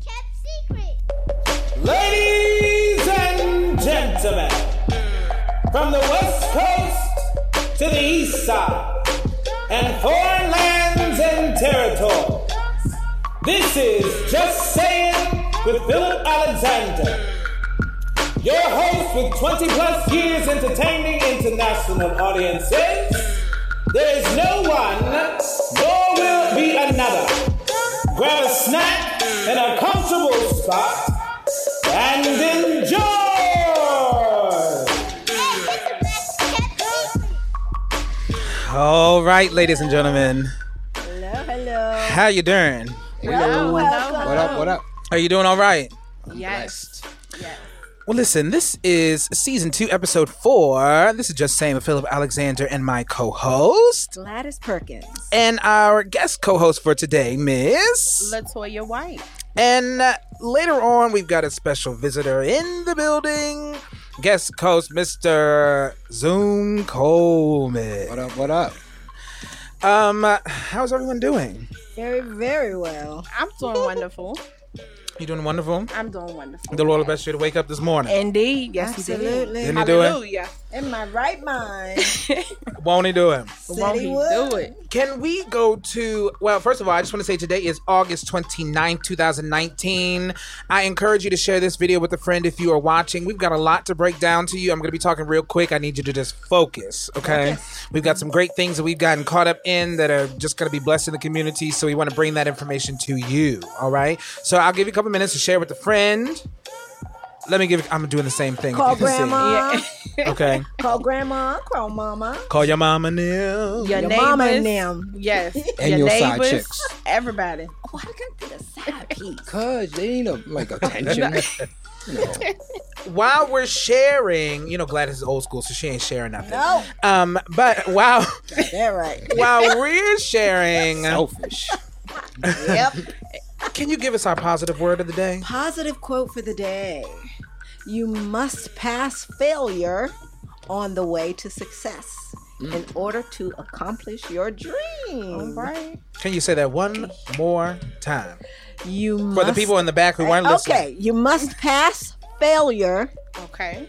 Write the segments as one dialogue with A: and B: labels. A: kept secret.
B: Ladies and gentlemen, from the west coast to the east side, and foreign lands and territory, this is Just Saying with Philip Alexander, your host with 20 plus years entertaining international audiences. There is no one, nor will be another. Grab a snack in a comfortable spot and enjoy!
A: Hey, it's the best kept secret.
B: All right, ladies and gentlemen,
C: Hello, hello.
B: how you doing?
C: Hello, welcome.
D: What up? What up?
B: Are you doing all right?
D: Yes.
B: Well, listen, this is season two, episode four. This is just saying with Philip Alexander and my co host,
C: Gladys Perkins.
B: and our guest co host for today, Miss.
D: Latoya White.
B: And uh, later on, we've got a special visitor in the building. Guest host, Mr. Zoom
D: What
B: Coleman.
D: up? What up?
B: Um, uh, how's everyone doing?
C: Very, very well.
E: I'm doing wonderful.
B: You doing wonderful?
E: I'm doing wonderful.
B: The Lord bless you to wake up this morning.
E: Indeed. Yes,
C: Absolutely.
E: He
B: Didn't
E: did.
B: he do it?
E: Hallelujah.
C: In my right mind.
B: Won't he do it?
E: Won't
C: City
E: he
C: would.
E: do it?
B: Can we go to, well, first of all, I just want to say today is August 29, 2019. I encourage you to share this video with a friend if you are watching. We've got a lot to break down to you. I'm going to be talking real quick. I need you to just focus, okay? We've got some great things that we've gotten caught up in that are just going to be blessing the community. So we want to bring that information to you, all right? So I'll give you a couple minutes to share with a friend. Let me give, I'm doing the same thing. if
C: Call
B: you can see.
C: grandma.
B: Okay.
C: Call grandma. Call mama.
B: Call your mama now.
E: Your,
C: Your
E: neighbors,
C: mama and them.
E: Yes.
D: And your side chicks.
E: Everybody.
C: Why did I get a side piece?
D: Cause they need a, like attention. you know.
B: while we're sharing, you know, Gladys is old school, so she ain't sharing nothing.
C: No,
B: Um, but while
C: that Oh, right.
B: while we're sharing,
D: Selfish.
C: Yep.
B: can you give us our positive word of the day?
C: Positive quote for the day. You must pass failure on the way to success
B: Mm.
C: in order to accomplish your dream.
E: Right.
B: Can you say that one more time
C: You
B: for the
C: must-
B: people in the back who weren't listening?
C: Okay, you must pass failure
E: Okay.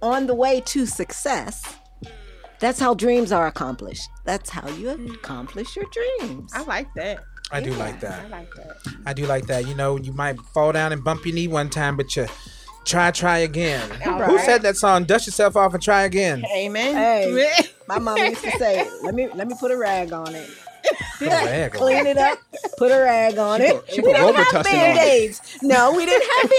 C: on the way to success. That's how dreams are accomplished. That's how you
B: Mm.
C: accomplish your dreams.
E: I like that.
B: I do
E: Yeah,
B: like that.
E: I like that.
B: I do like that. You know, you might fall down and bump your knee one time, but you try, try again.
E: All
B: Who
E: right.
B: said that song? Dust yourself off and try again.
E: Amen.
C: Hey. My mom used to say, "Let me let me put a rag on it,
B: Put a rag on
C: clean it up, put a rag on
D: She
C: it."
D: put- she
C: we
D: put
C: didn't have
D: Robitussin on it.
C: band-aids. No, we didn't have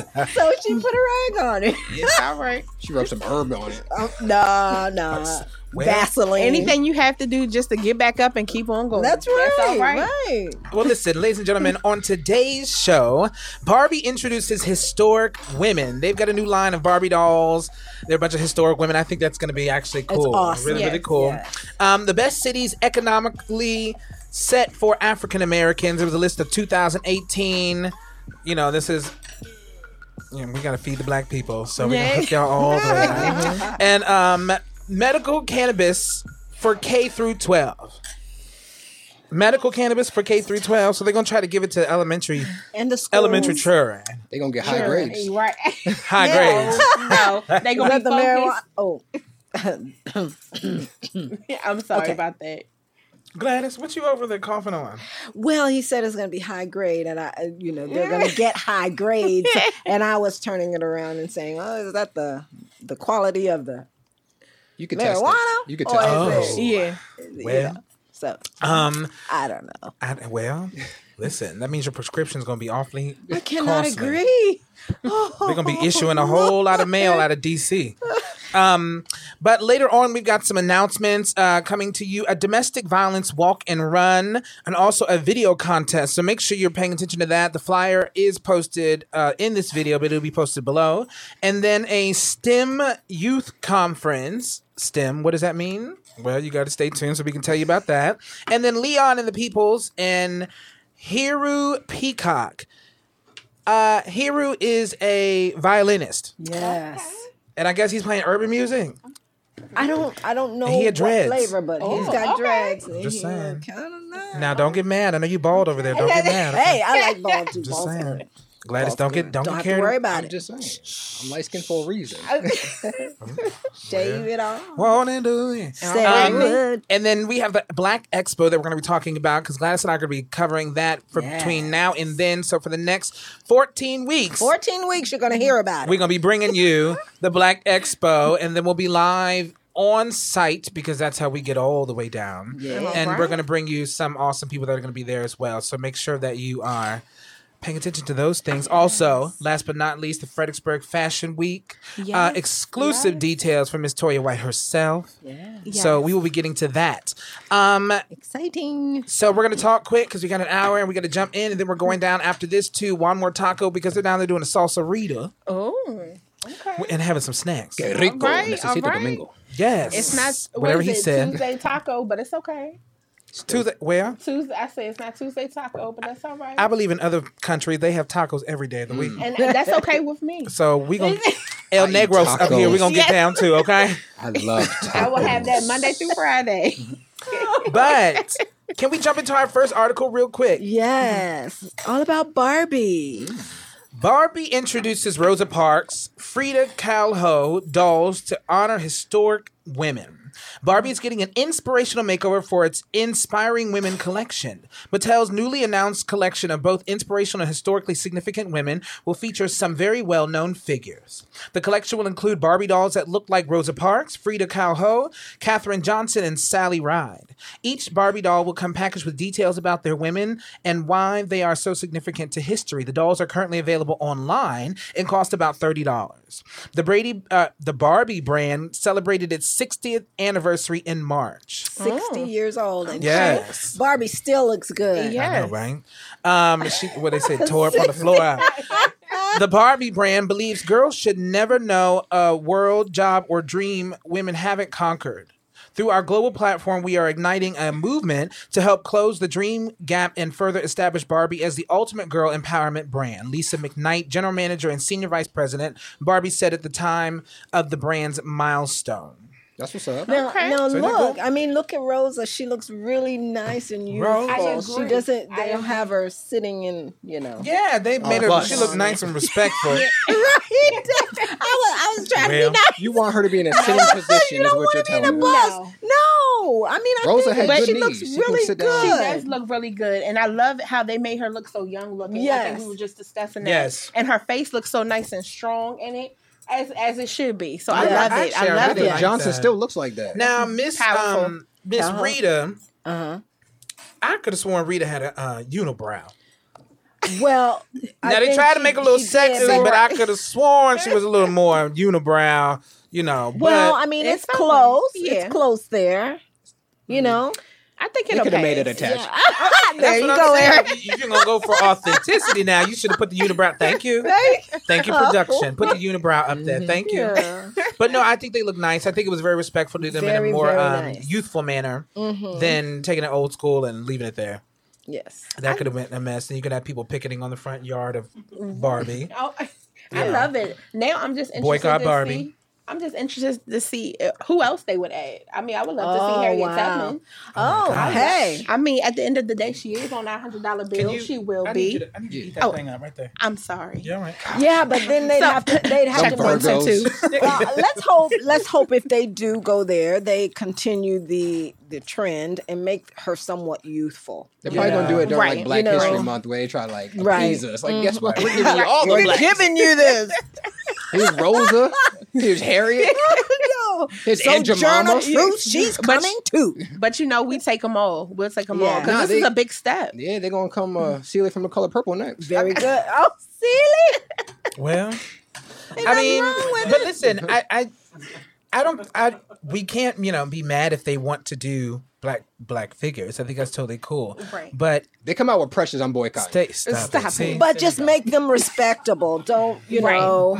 C: band-aids, so she put a rag on it.
E: All right.
D: She rubbed some herb on it.
C: Oh, no, no,
B: Well,
C: Vaseline.
E: Anything you have to do just to get back up and keep on going.
C: That's right.
E: all right.
C: right.
B: Well, listen, ladies and gentlemen, on today's show, Barbie introduces historic women. They've got a new line of Barbie dolls. They're a bunch of historic women. I think that's going to be actually cool.
C: awesome.
B: Really,
E: Yes,
B: really cool.
C: yes.
B: Um, the best cities economically set for African Americans. It was a list of 2018. You know, this is. You know, we got to feed the black people, so we're going to
E: Yay.
B: hook y'all all the way
C: Uh-huh.
B: up. And um, medical cannabis for K through 12 medical cannabis for K through 12. So they're gonna try to give it to elementary
C: And the schools,
B: elementary children,
D: They gonna get high grades.
E: Right.
B: high grades.
E: no, no. they
C: Is
E: gonna
C: that
E: be
C: the marijuana?
E: focused.
C: Oh,
E: I'm sorry
C: Okay.
E: about that.
B: Gladys, what you over there coughing on?
C: Well, he said it's going to be high grade, and I, uh, you know, they're going to get high grades. And I was turning it around and saying, "Oh, is that the the quality of the?"
D: You could test
C: Marijuana Oh,
D: it. You could
C: or
D: test
B: is
E: oh.
D: it.
B: it-
E: Yeah.
C: you
B: Well.
C: know, so
B: Um,
C: I don't know.
B: I, well, listen, that means your prescription's gonna be awfully.
C: I cannot
B: costly.
C: agree.
B: They're gonna be issuing a whole lot of mail out of DC. Um, but later on, we've got some announcements uh, coming to you: a domestic violence walk and run, and also a video contest. So make sure you're paying attention to that. The flyer is posted uh, in this video, but it'll be posted below. And then a STEM youth conference. STEM, what does that mean? Well, you got to stay tuned so we can tell you about that. And then Leon and the Peoples and Hiru Peacock. Uh, Hiru is a violinist,
C: Yes,
B: and I guess he's playing urban music.
C: I don't. I don't know
B: He had
C: what
B: dreads.
C: flavor, but he's
E: Oh,
C: got
E: okay.
C: dreads.
B: Just saying.
C: Kind of nice.
B: Now don't get mad. I know you bald over there. Don't get mad.
C: Hey, I like bald too.
B: Just
C: Bald's
B: saying.
C: good.
B: Gladys, don't get don't,
C: Don't have
B: get
C: to worry
B: carried.
C: about
D: I'm
C: it.
D: just saying. I'm light skinned for a reason.
C: Shave it off.
B: Won't it do it?
C: Say
B: Um,
C: would.
B: And then we have the Black Expo that we're going to be talking about because Gladys and I are going to be covering that for between now and then. So for the next 14 weeks,
C: Fourteen weeks, you're gonna hear about
B: we're
C: it.
B: going to be bringing you the Black Expo, and then we'll be live on site because that's how we get all the way down.
C: Yeah.
B: And we're
E: Alright.
B: going to bring you some awesome people that are going to be there as well. So make sure that you are paying attention to those things. Also, last but not least, the Fredericksburg Fashion Week. Uh,
E: Yes.
B: exclusive details from Miss Toya White herself.
C: Yeah.
B: So we will be getting to that. Um,
C: Exciting.
B: so we're gonna talk quick because we got an hour and we got to jump in, and then we're going down after this to one more taco because they're down there doing a salsa rita
E: Oh, okay.
B: and having some snacks.
D: Que rico.
E: Alright,
D: Necesito
E: alright.
D: domingo.
B: Yes,
E: It's not
B: whatever
E: what is
B: he
E: it?
B: said.
E: Tuesday taco, but it's okay.
B: Tuesday. Well,
E: Tuesday, I say it's not Tuesday taco, but that's all right.
B: I believe in other countries they have tacos every day of the week,
E: and that's okay with me.
B: so we gonna El Negro's up here. We are gonna get
E: Yes.
B: down to okay,
D: I love
E: I will
D: tacos.
E: have that Monday through Friday.
B: but. Can we jump into our first article real quick?
C: Yes. It's All about Barbie.
B: Barbie introduces Rosa Parks, Frida Kahlo dolls to honor historic women. Barbie is getting an inspirational makeover for its Inspiring Women collection. Mattel's newly announced collection of both inspirational and historically significant women will feature some very well known figures. The collection will include Barbie dolls that look like Rosa Parks, Frida Kahlo, Katherine Johnson, and Sally Ride. Each Barbie doll will come packaged with details about their women and why they are so significant to history. The dolls are currently available online and cost about thirty dollars. The Brady, uh, the Barbie brand celebrated its 60th anniversary in March.
C: Sixty years old and
B: Oh. Yes.
C: Barbie still looks good.
E: Yeah.
B: I know, right? Um, she, what they say, tore up on the floor. the Barbie brand believes girls should never know a world, job, or dream women haven't conquered. Through our global platform, we are igniting a movement to help close the dream gap and further establish Barbie as the ultimate girl empowerment brand. Lisa McKnight, general manager and senior vice president, Barbie said at the time of the brand's milestone.
D: That's what's up.
C: Now,
E: Okay.
C: now
B: So they
C: look.
B: go-
C: I mean, look at Rosa. She looks really nice and
B: Rosa. I
C: youthful. She
E: agree.
C: doesn't.
E: I
C: They don't
E: agree.
C: have her sitting in. You know.
B: Yeah, they made her.
D: plus.
B: She looked nice and respectful.
C: Right. I was. I was trying
B: Well,
C: to be nice.
D: You want her to be in a sitting position,
C: you
D: is
C: don't
D: what
C: want
D: you're
C: to be in a
D: telling me.
C: bus. No. I mean, I
D: Rosa
C: think
D: had
C: that
E: good
C: she
D: knees.
C: looks
D: She can
C: really
D: sit down.
E: She does
C: good.
E: look really good, and I love how they made her look so young looking. I
C: Yes.
E: think we were just discussing that.
B: Yes.
E: and her face looks so nice and strong in it, as as it should be. So I
C: Yeah.
E: love it.
B: Actually, I
E: I love
B: really
E: it.
B: like
D: Johnson
B: that.
D: still looks like that.
B: Now, Miss
E: Powerful.
B: um, Miss
C: Powerful.
B: Rita,
C: Uh-huh.
B: I could have sworn Rita had a uh, unibrow.
C: Well, I
B: Now they
C: think
B: tried to
C: she-
B: make it a little
C: she did,
B: sexy,
C: but-
B: but I could have sworn she was a little more unibrow. You know, but
C: well, I mean, it's,
E: It's something.
C: close.
E: Yeah.
C: It's close there. You
B: Mm-hmm.
C: know.
E: I think
D: They
E: it'll
D: could have made it
E: pass.
D: attached.
C: there you
B: Uh, what
C: go,
B: I'm saying.
C: Eric.
B: You- You're gonna go for authenticity now. You should have put the unibrow. Thank you, thank you, production. Put the unibrow up there. Thank you.
C: Mm-hmm. Yeah.
B: But no, I think they look nice. I think it was very respectful to them in
C: Very,
B: a more
C: very
B: um,
C: nice.
B: youthful manner
C: Mhm.
B: than taking it old school and leaving it there.
C: Yes.
B: That could have went a mess. And you could have people picketing on the front yard of Barbie.
E: Oh, I love it. Now I'm just interested
B: Boycott
E: to
B: Barbie.
E: see. I'm just interested to see uh, who else they would add. I mean, I would love to
C: Oh,
E: see Harriet
C: wow.
E: Tubman.
C: Oh,
B: God.
C: hey.
E: I mean, at the end of the day, she is on our hundred dollar bill. she will be.
B: I need you to eat
E: that Oh.
B: thing up right there.
E: I'm sorry.
B: Yeah, right.
C: Yeah, but then they'd
E: So-
C: have to. They'd have
D: Them
C: to.
E: Check one, check
D: Virgos.
E: two.
C: well, let's hope. Let's hope if they do go there, they continue the the trend and make her somewhat youthful.
D: They're probably gonna do it during
E: Right.
D: like Black
C: You know.
D: History Month, where they try to like
C: Right. Mm-hmm.
D: appease us. Like, guess what? We're giving you all the
C: We're
D: black.
C: giving you this.
D: Here's Rosa. Here's Harriet.
C: Yo,
D: Here's
C: so
D: Aunt
C: Oh, Journal
D: Jemima.
C: Truth, she's
E: But-
C: coming too.
E: But you know, we take them all. We'll take them all
C: Yeah.
E: because
D: Nah,
E: this
D: they-
E: is a big step.
D: Yeah, they're gonna come uh,
B: Mm.
D: Celia from the color purple next.
C: Very good. Oh, silly.
B: Well, I
C: nothing wrong
B: mean,
C: with
B: but listen, I, I, I don't, I, we can't, you know, be mad if they want to do black black figures. I think that's totally cool.
E: Right.
B: But
D: They come out with pressures on boycott.
B: stay, stop,
E: Stop
B: it.
E: it.
B: See?
C: But just make them respectable. Don't you
E: Right.
C: know?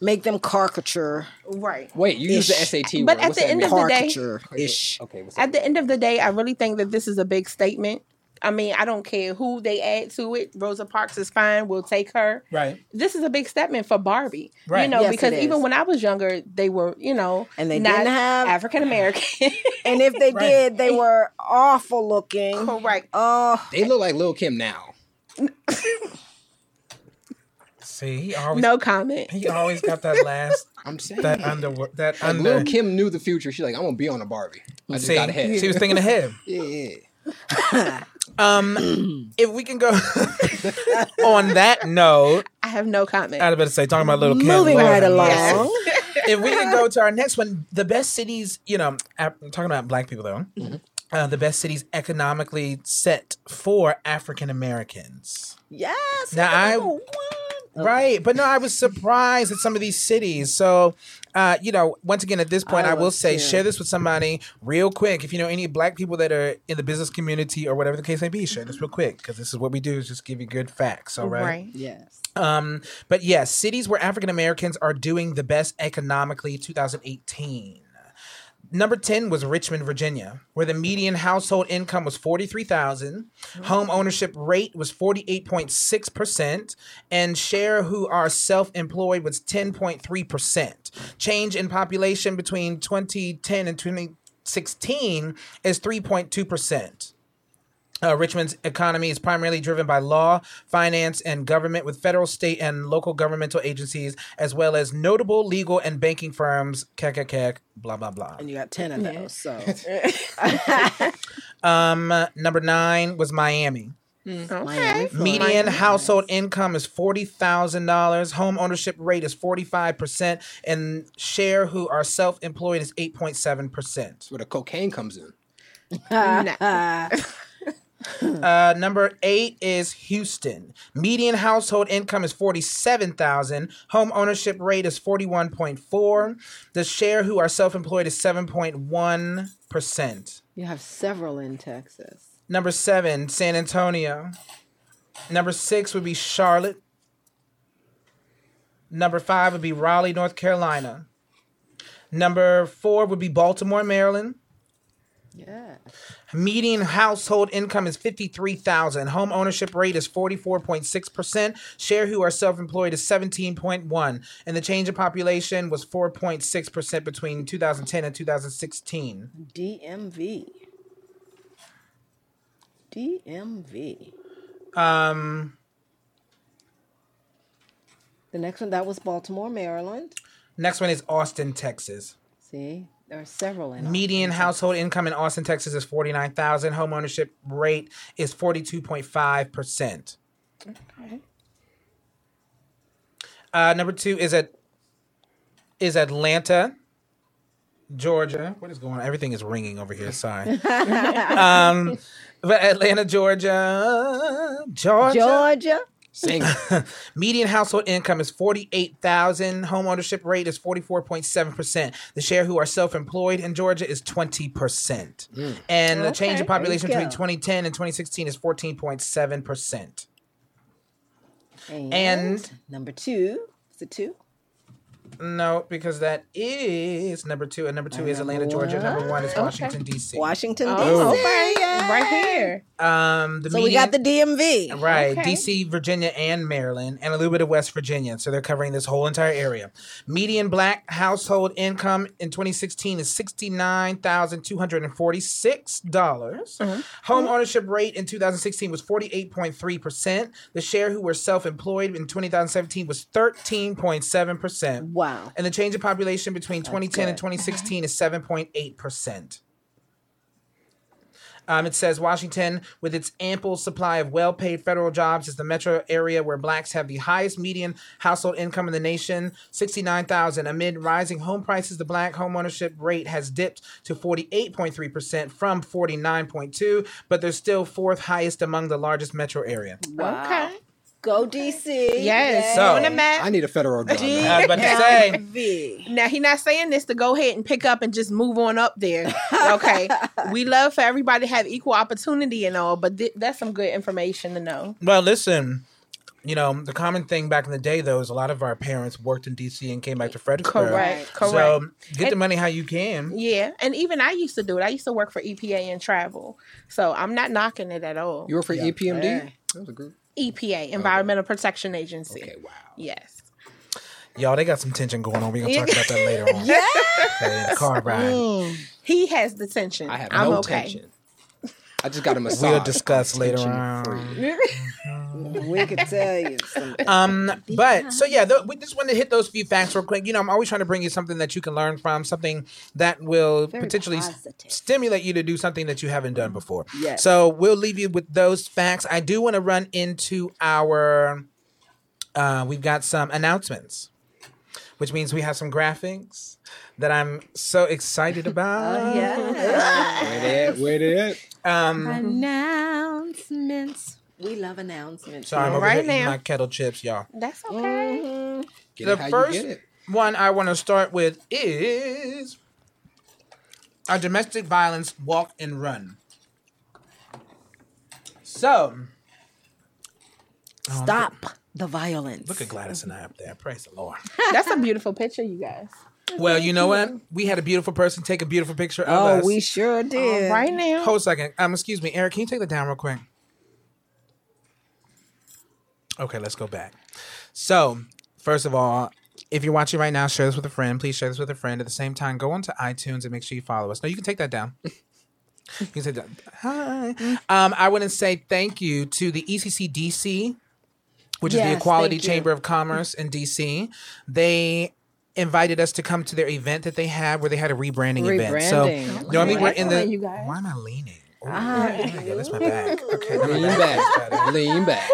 C: Make them caricature,
E: Right.
D: Wait, you use the
C: Ish.
D: SAT word.
E: But at
D: What's
E: the
D: that
E: end
D: mean?
E: of the day-
C: caricature ish.
D: okay, what's that
E: At the end of the day, I really think that this is a big statement. I mean, I don't care who they add to it. Rosa Parks is fine. We'll take her.
B: Right.
E: This is a big step in for Barbie.
B: Right.
E: You know,
C: Yes,
E: because
C: it
E: even
C: is.
E: when I was younger, they were, you know,
C: And they
E: not
C: didn't have-
E: African American.
C: And if they
B: Right.
C: did, they were awful looking.
E: Correct.
C: Oh,
D: They look like Lil Kim now.
B: See, he always
E: No comment.
B: he always got that last
D: I'm saying.
B: that underworld that
D: like,
B: under.
D: Lil Kim knew the future. She's like, I'm gonna be on a Barbie. I just
B: See,
D: got ahead.
B: she was thinking ahead.
D: yeah, yeah.
B: Um, if we can go on that note,
E: I have no comment.
B: I'd better say talking about little Kim.
C: moving
B: Lord
C: right
B: have
C: along.
B: mercy. if we can go to our next one, the best cities, you know, I'm talking about black people though,
C: Mm-hmm.
B: uh, the best cities economically set for African Americans.
C: Yes.
B: Now, I-
C: number one. Oh.
B: Right. But no, I was surprised at some of these cities. So, uh, you know, once again, at this point,
C: I
B: I, will
C: was
B: say
C: too.
B: share this with somebody real quick. If you know any black people that are in the business community or whatever the case may be, share this real quick because this is what we do is just give you good facts. All right.
C: Yes.
B: Um, but yes, cities where African Americans are doing the best economically 2018. Number 10 was Richmond, Virginia, where the median household income was 43,000, home ownership rate was 48.6%, and share who are self-employed was 10.3%. Change in population between 2010 and 2016 is 3.2%. Uh, Richmond's economy is primarily driven by law, finance, and government, with federal, state, and local governmental agencies, as well as notable legal and banking firms. Kek, kek, kek, blah, blah, blah.
C: And you got 10 of those. So,
B: Um, uh, number nine was Miami.
E: Okay.
C: Miami,
B: Median household income is forty thousand dollars. Home ownership rate is forty five percent, and share who are self employed is eight point seven percent.
D: That's where the cocaine comes in.
C: uh,
B: Uh, number eight is Houston. Median household income is forty-seven thousand. Home ownership rate is forty-one point four. The share who are self-employed is seven point one percent.
C: you have several in Texas.
B: Number seven, San Antonio. Number six would be Charlotte. Number five would be Raleigh, North Carolina. Number four would be Baltimore, Maryland.
C: Yes.
B: Median household income is fifty three thousand. Home ownership rate is forty four point six percent. Share who are self employed is seventeen point one, and the change in population was four point six percent between two thousand ten and two thousand sixteen.
C: DMV. DMV.
B: Um,
C: The next one, that was Baltimore, Maryland.
B: next one is Austin, Texas.
C: See, there are several in
B: Median household income in Austin, Texas is forty nine thousand. Home ownership rate is forty two point five percent. Uh, number two is at is Atlanta, Georgia. What is going on? Everything is ringing over here. Sorry. um, but Atlanta, Georgia, Georgia.
C: Georgia.
D: Sing.
B: Median household income is forty eight thousand. Home ownership rate is forty four point seven percent. The share who are self employed in Georgia is twenty percent,
C: Mm.
B: and the change in
E: Okay.
B: population
C: There you
B: between
C: go.
B: twenty ten and twenty sixteen is fourteen point seven percent.
C: And,
B: And-
C: number two. Is it two?
B: No, because that is number two, and number two
C: And
B: is Atlanta,
C: number
B: Georgia. Number one is
E: Okay.
B: Washington D.C.
C: Washington,
E: Oh,
C: D.C.
E: okay.
C: Yay.
E: Right here.
B: Um, the
C: So we got the
B: median-
C: DMV.
B: Right,
E: Okay.
B: DC, Virginia, and Maryland, and a little bit of West Virginia. So they're covering this whole entire area. Median black household income in 2016 is $69,246. dollars
C: Uh-huh.
B: Home ownership rate in 2016 was 48.3%. The share who were self employed in 2017 was 13.7%.
C: Wow.
B: And the change in population between 2010 and
C: good.
B: 2016 is 7.8%. Um, it says Washington, with its ample supply of well paid federal jobs, is the metro area where blacks have the highest median household income in the nation 69000 Amid rising home prices, the black homeownership rate has dipped to 48.3% from 49.2 but they're still fourth highest among the largest metro area.
C: Wow.
E: Okay.
C: Go DC.
E: Yes.
B: So-
E: on the map.
D: I need a federal job.
C: Yay.
D: now.
B: was about to say.
C: DMV.
E: Now he not saying this to go ahead and pick up and just move on up there. Okay, we love for everybody to have equal opportunity and all, but thi- that's some good information to know.
B: Well, listen, You know, the common thing back in the day, though, is a lot of our parents worked in D.C. and came back to Fredericksburg.
E: Correct. Correct.
B: So get the
E: And-
B: money how you can.
E: yeah, and even I used to do it. I used to work for EPA and travel, so I'm not knocking it at all.
D: You were for E EPMD?
C: Yeah.
D: That was a group.
E: EPA, Environmental Protection Agency.
D: Okay, wow.
E: Yes.
B: Y'all, they got some tension going on. We're going to talk
E: Yeah.
B: about that later on. yeah. car ride.
C: Mm.
E: He has the tension.
D: I have
E: I'm
D: no
E: okay.
D: tension. I just got a massage.
B: We'll discuss later
D: Tension
B: on.
D: free.
C: we could tell you something.
B: Um, but so yeah, th- we just wanted to hit those few facts real quick. You know, I'm always trying to bring you something that you can learn from, something that will potentially s-
C: positive.
B: stimulate you to do something that you haven't done before.
C: Yes.
B: So we'll leave you with those facts. I do want to run into our. Uh, we've got some announcements, which means we have some graphics that I'm so
C: Oh,
B: excited about.
D: Where it? Where it?
B: Um,
F: Announcements.
C: We love announcements.
B: sorry, I'm over
E: Right
B: here eating
E: now.
B: my kettle chips, y'all.
E: That's okay.
B: Mm-hmm.
D: Get
B: The
D: it how
B: first-
D: you get it.
B: one I want to start with is our domestic violence walk and run. So,
C: Stop the violence.
B: look at Gladys and I up there. Praise the Lord.
E: That's a beautiful picture, you guys.
B: Well, you know what? We had a beautiful person take a beautiful picture of
C: Oh,
B: us.
C: we sure did.
E: Right now.
B: Hold a second. Um, excuse me, Eric. Can you take that down real quick? Okay, let's go back. So, first of all, if you're watching right now, share this with a friend. Please share this with a friend. At the same time, go onto iTunes and make sure you follow us. No, you can take that down. you can take that. Hi. Um, I want to say thank you to the E ECCDC, which is the
C: Yes,
B: Equality
C: thank you.
B: Chamber of Commerce in DC. They invited us to come to their event that they had where they had a rebranding, event. So
C: Rebranding.
B: normally we're in the
E: Excellent, you guys.
B: why am I leaning? Ooh, oh my God, that's my back. Okay, now my
D: Lean
B: back is better.
D: back. Lean back.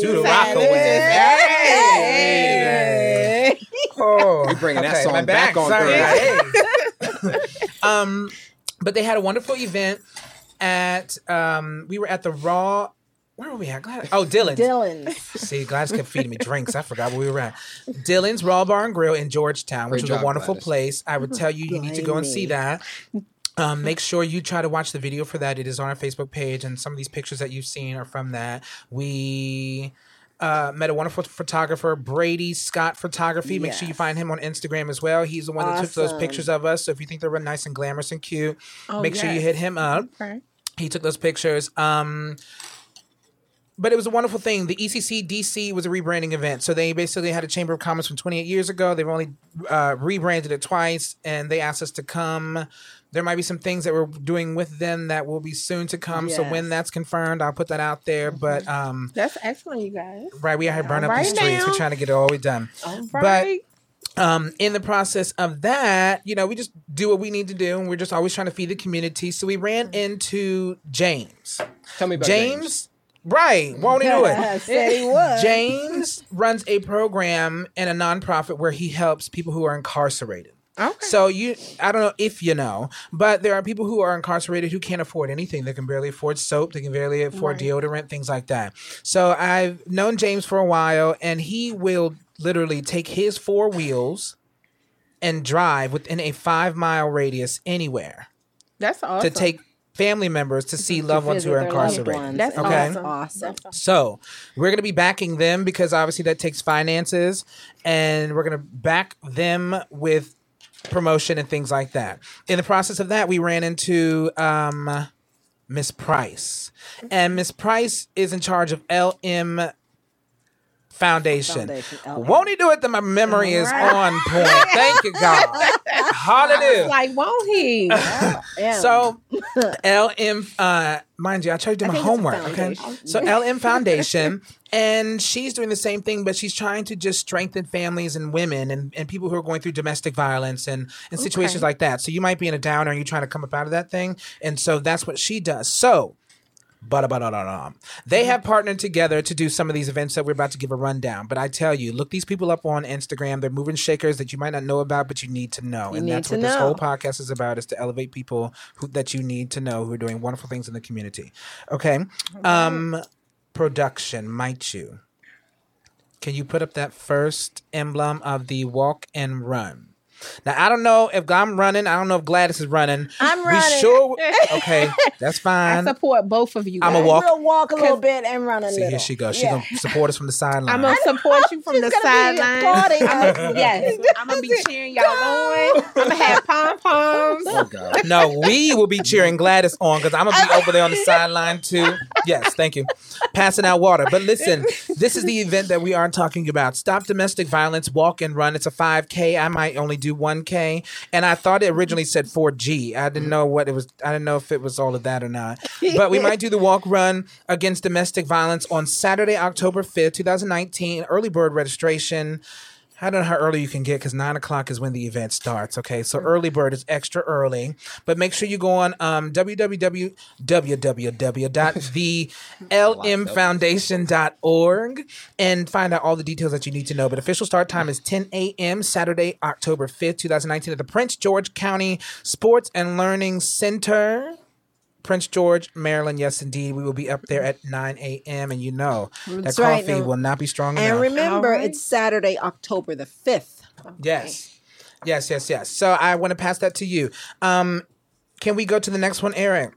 B: Do the rock away. Hey. Oh, we
D: bringing that song back on
B: um, but they had a wonderful event at um, we were at the Raw. Where were we at? Glad- oh, Dylan's.
C: Dylan.
B: See, Gladys kept feeding me drinks. I forgot where we were at. Dylan's Raw Bar and Grill in Georgetown, which
D: Great
B: is
D: job,
B: a wonderful
D: Gladys.
B: place. I would tell you, you need to go and see that. Um, make sure you try to watch the video for that. It is on our Facebook page, and some of these pictures that you've seen are from that. We uh, met a wonderful photographer, Brady Scott Photography. Make sure you
C: Yes.
B: find him on Instagram as well. He's the one that took those
C: Awesome.
B: pictures of us. So if you think they're nice and glamorous and cute,
E: Oh,
B: make sure you
E: yes.
B: hit him up
E: Okay.
B: he took those pictures. Um, but it was a wonderful thing. The E ECC DC was a rebranding event, so they basically had a Chamber of Commerce from 28 years ago. They've only uh, rebranded it twice, and they asked us to come. There might be some things that we're doing with them that will be soon to come. So when
C: Yes.
B: that's confirmed, I'll put that out there. But um,
E: That's excellent, you guys.
B: right, we are here burning up
E: Mm-hmm. Right
B: the streets.
E: now.
B: We're trying to get it all the way done.
E: All
B: But-
E: right.
B: Um, in the process of that, you know, we just do what we need to do, and we're just always trying to feed the community. So we
E: Mm-hmm.
B: ran into James.
D: Tell me about
B: James,
D: James.
B: right? Won't he do
C: I
B: it?
C: said he was.
B: James runs a program in a nonprofit where he helps people who are incarcerated.
E: okay.
B: So you, I don't know if you know, but there are people who are incarcerated who can't afford anything. They can barely afford soap. They can barely afford deodorant, things like that. So I've known James for a while, and he will literally take his four wheels and drive within a five mile radius anywhere
E: that's awesome.
B: to take family members to see loved ones who
C: Visit
B: are
C: their loved
B: incarcerated.
C: ones.
E: That's
B: Okay.
E: awesome.
C: Awesome.
B: So we're going to be backing them because obviously that takes finances, and we're going to back them with promotion and things like that. In the process of that, we ran into um, Miss Price, and Miss Price is in charge of LM. Foundation.
C: Foundation, LM.
B: Won't he do it? That my memory is on point. Thank you, God. Hallelujah.
E: like, won't he?
C: Yeah.
B: So, LM, uh, mind you, I tried to do my
C: think it's a
B: homework. Okay,
C: foundation.
B: so LM Foundation, and she's doing the same thing, but she's trying to just strengthen families and women and, and people who are going through domestic violence and and situations like that. So you might be in a downer and you're trying to come up out of that thing, and so that's what she does. So. But they have partnered together to do some of these events that we're about to give a rundown. But I tell you, look these people up on Instagram. They're moving shakers that you might not know about, but you need to know. and
C: need
B: that's
C: to
B: what this whole
C: know.
B: podcast is about: is to elevate people who, that you need to know who are doing wonderful things in the community. Okay, um, production, might you? Can you put up that first emblem of the walk and run? Now I don't know if I'm running. I don't know if Gladys is running.
E: I'm
B: We
E: running.
B: sure. Okay, that's
E: I
B: fine.
E: support both of you.
B: I'm a
E: guys.
B: walk.
C: We'll walk a little bit and run a
B: See,
C: little.
B: here she goes. She's
C: Yeah.
B: gonna support us from the sideline.
E: I'm gonna support you from
C: She's
E: the
C: gonna be
E: sideline.
C: applauding
E: I'm
C: us.
E: gonna, yes, I'm gonna be cheering y'all on. I'm gonna have pom poms.
D: Oh God.
B: No, we will be cheering Gladys on because I'm gonna be over there on the sideline too. Yes, thank you. Passing out water. But listen, this is the event that we are talking about. Stop domestic violence, walk and run. It's a 5K. I might only do 1K. And I thought it originally said 4G. I didn't know what it was. I didn't know if it was all of that or not. But we might do the walk run against domestic violence on Saturday, October 5th, 2019. Early bird registration. I don't know how early you can get because nine o'clock is when the event starts. Okay, so early bird is extra early, but make sure you go on um, www.thelmfoundation.org and find out all the details that you need to know. But official start time is 10 a.m. Saturday, October 5th, 2019, at the Prince George County Sports and Learning Center. Prince George, Maryland. Yes, indeed. We will be up there at 9 a.m. And you know
C: That's
B: that
C: right,
B: coffee
C: now-
B: will not be strong enough.
C: And remember,
E: Alright.
C: it's Saturday, October the 5th.
B: Yes. Yes, yes, yes. So I want to pass that to you. Um, can we go to the next one, Eric?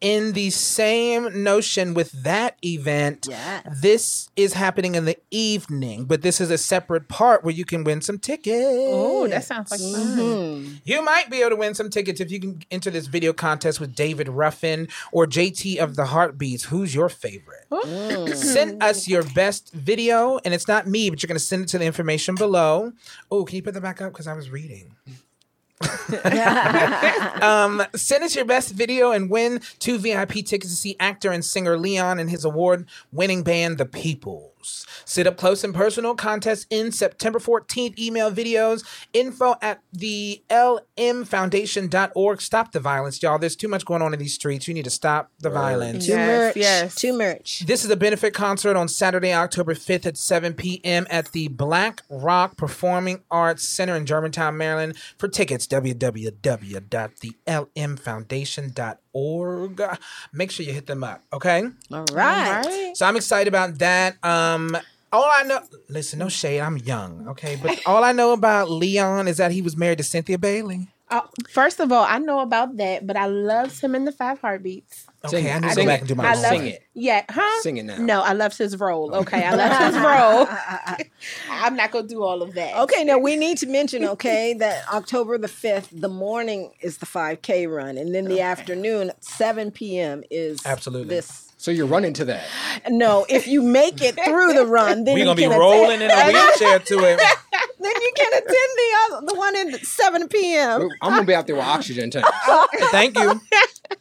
B: In the same notion with that event,
C: Yes.
B: this is happening in the evening, but this is a separate part where you can win some tickets.
E: Oh, that sounds like fun.
B: You might be able to win some tickets if you can enter this video contest with David Ruffin or JT of the Heartbeats. Who's your favorite? Send us your best video, and it's not me, but you're going to send it to the information below. Oh, can you put that back up? Because I was reading. um, send us your best video and win two VIP tickets to see actor and singer Leon and his award winning band, The Peoples. Sit up close and personal contest in September 14th. Email videos info at the lmfoundation.org. Stop the violence, y'all. There's too much going on in these streets. You need to stop the violence.
C: Too
E: Yes,
C: merch.
E: yes.
C: Too merch.
B: This is a benefit concert on Saturday, October 5th at 7 p.m. at the Black Rock Performing Arts Center in Germantown, Maryland. For tickets, www.thelmfoundation.org. Make sure you hit them up, okay?
C: All right.
B: So I'm excited about that. Um, all I know, listen, no shade, I'm young, okay? But all I know about Leon is that he was married to Cynthia Bailey.
E: Uh, first of all, I know about that, but I loved him in the Five Heartbeats.
B: Okay,
D: Sing it.
B: I need to
D: Sing
B: go back
D: it.
B: and do my
E: I
D: love
B: homework.
D: Sing it.
E: Yeah, huh?
D: Sing it now.
E: No, I loved his role. Okay, I loved his role. I'm not gonna do all of that.
C: Okay, now we need to mention, okay, that October the 5th, the morning is the 5K run, and then the afternoon, 7 p.m., is
B: Absolutely.
C: this.
D: So you're running to that.
C: No, if you make it through the run, then
B: We're
C: you
B: going to be
C: can
B: rolling in
C: attend,
B: a wheelchair to it.
C: Then you can attend the other, the one at 7 p.m.
D: I'm gonna be out there with oxygen tanks.
B: Thank you.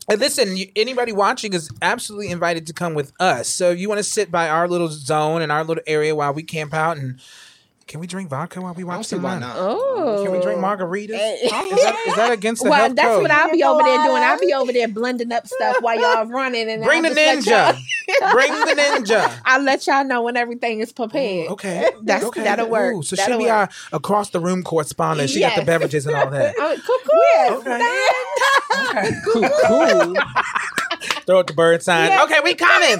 B: And listen, you, anybody watching is absolutely invited to come with us. So if you want to sit by our little zone and our little area while we camp out and can we drink vodka while we
D: I don't
B: watch
D: see
B: the
D: why
B: run?
D: not.
E: Oh, Eh,
B: Can we drink margaritas?
C: Hey.
B: Is that, is that against the
E: Well,
B: health
E: that's
B: code?
E: what I'll be over there doing.
C: Colada.
E: I'll be over there blending up stuff while y'all running. And
B: Bring the
E: I'll just let y'all-
B: ninja. Bring the ninja.
E: I'll let y'all know when everything is prepared.
B: Okay,
E: That's-
B: okay.
E: that'll work.
B: Ooh, so
E: That'll
B: she'll be our
E: work.
B: across the room correspondent. She got the
E: Yes.
B: beverages and all that.
E: Uh, cool, cool.
D: Cool, cool.
B: Throw it the bird sign. Okay, we coming.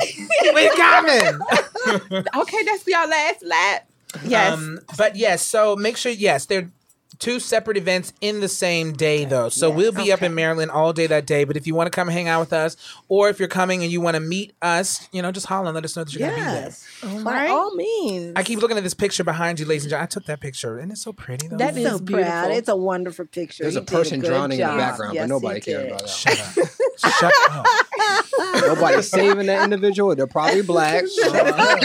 B: we coming.
E: Okay, that's y'all last lap. Yes.
B: Um, but yes, so make sure, yes, they're two separate events in the same day, though. So we'll be up in Maryland all day that day. But if you want to come hang out with us, or if you're coming and you want to meet us, you know, just holler and let us know that you're going to be there.
C: Yes. Oh By
E: right.
C: all means.
B: I keep looking at this picture behind you, ladies and gentlemen. I took that picture. Isn't it so pretty, though?
E: That
C: I'm so
E: is
C: proud.
E: beautiful.
C: It's a wonderful picture.
D: There's
C: He
D: a
C: did
D: person
C: good
D: drowning in
C: job.
D: the background,
C: Yes,
D: but nobody
C: he
D: cared
C: did.
D: about that.
B: Shut up. Shut up.
D: Nobody's saving that individual. They're probably black. Uh,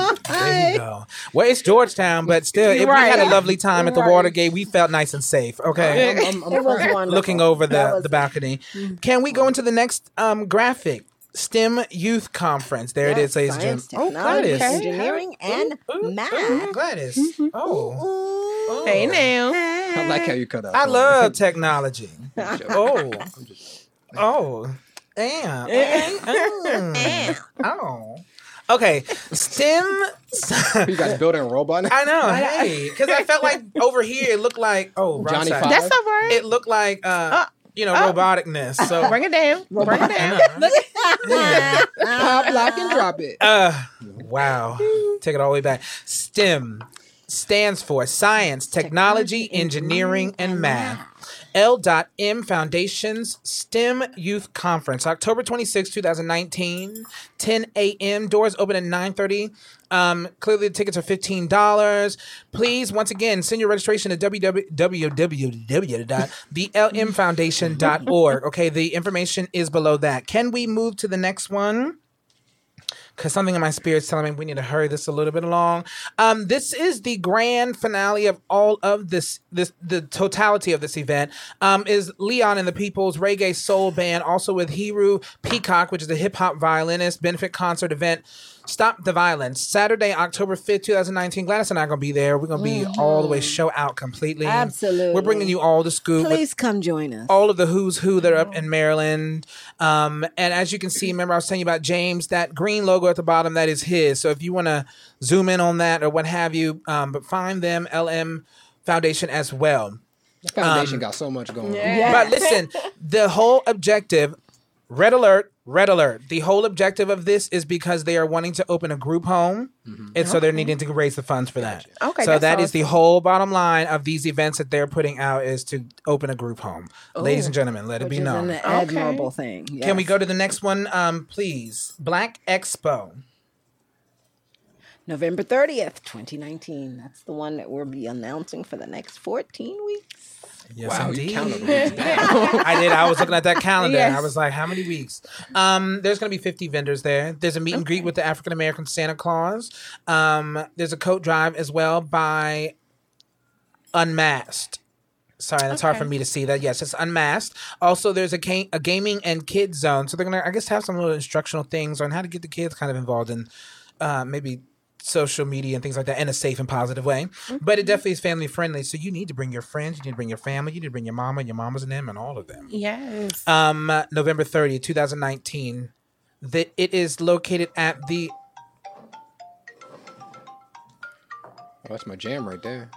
C: Oh
B: There you
C: my!
B: go. Well, it's Georgetown, but still, it, we
E: Right.
B: had a lovely time at the
E: Right.
B: Watergate. We felt nice and safe. Okay.
D: I'm- I'm- I'm
C: It was
D: proud.
C: wonderful.
B: looking over
C: That
B: the,
C: was- Mm-hmm.
B: the balcony. Can we go into the next um, graphic? STEM Youth Conference. There it
C: Yeah,
B: is, ladies and
C: science,
B: gentlemen. Oh,
C: technology,
B: Gladys.
E: Okay.
C: engineering, and math.
B: Gladys. Oh.
C: Mm-hmm. Ooh.
E: hey now.
D: I like how you cut up.
B: I love technology. oh. Oh. Damn. Mm. Oh. Okay. STEM.
D: You guys building a robot now?
B: I know. Hey. Because I felt like over here it looked like, oh, wrong
D: Johnny
B: side.
D: Five.
E: That's all right.
B: It looked like, uh, you know, roboticness. So.
E: Bring it down. Bring it down.
D: Pop, lock, and drop it.
B: Uh, wow. Take it all the way back. STEM. stands for Science, Technology, Engineering, and Math. L.M Foundation's STEM Youth Conference, October 26, 2019, 10 a.m. Doors open at 9.30. Um, clearly, the tickets are $15. Please, once again, send your registration to www.thelmfoundation.org. Okay, the information is below that. Can we move to the next one? because something in my spirit's telling me we need to hurry this a little bit along. Um, this is the grand finale of all of this, this the totality of this event. Um, is Leon and the People's Reggae Soul Band, also with Hiru Peacock, which is a hip hop violinist benefit concert event. Stop the violence, Saturday, October fifth, two thousand nineteen. Gladys and I are gonna be there. We're gonna be all the way show out completely.
C: Absolutely.
B: we're bringing you all the scoop. with
C: Please come join us.
B: all of the who's who that are
E: Oh.
B: up in Maryland. Um, and as you can see, remember I was telling you about James, that green logo at the bottom, that is his. So if you want to zoom in on that or what have you, um, but find them, LM Foundation as well.
D: The foundation
B: Um,
D: got so much going on.
B: But listen, the whole objective, red alert, red alert. The whole objective of this is because they are wanting to open a group home, and so they're needing to raise the funds for that.
E: Mm-hmm. Okay,
B: so
E: that's
B: that is the
E: awesome.
B: whole bottom line of these events that they're putting out is to open a group home. Ladies
E: Oh.
B: and gentlemen, let it
C: which
B: be
C: is
B: known.
C: an admirable thing.
B: Can we go to the next one, um, please? Black Expo.
C: November 30th, 2019. That's the one that we'll be announcing for the next 14 weeks.
B: Yes,
D: Wow, Oh, you
B: indeed.
D: counted them.
B: I did. I was looking at that calendar. I
E: Yes.
B: was like, how many weeks? Um, there's going to be 50 vendors there. There's a meet and greet with the African American Santa Claus. Um, there's a coat drive as well by Unmasked. Sorry, that's hard for me to see that. Yes, it's unmasked. Also, there's a, ca- a gaming and kids zone. So they're going to, I guess, have some little instructional things on how to get the kids kind of involved in uh, maybe social media and things like that in a safe and positive way. But it definitely is family friendly. So you need to bring your friends, you need to bring your family, you need to bring your mama, your mamas and them, and all of them.
E: Yes.
B: Um, uh, November 30, 2019. That it is located at the
D: Oh, that's my jam right there.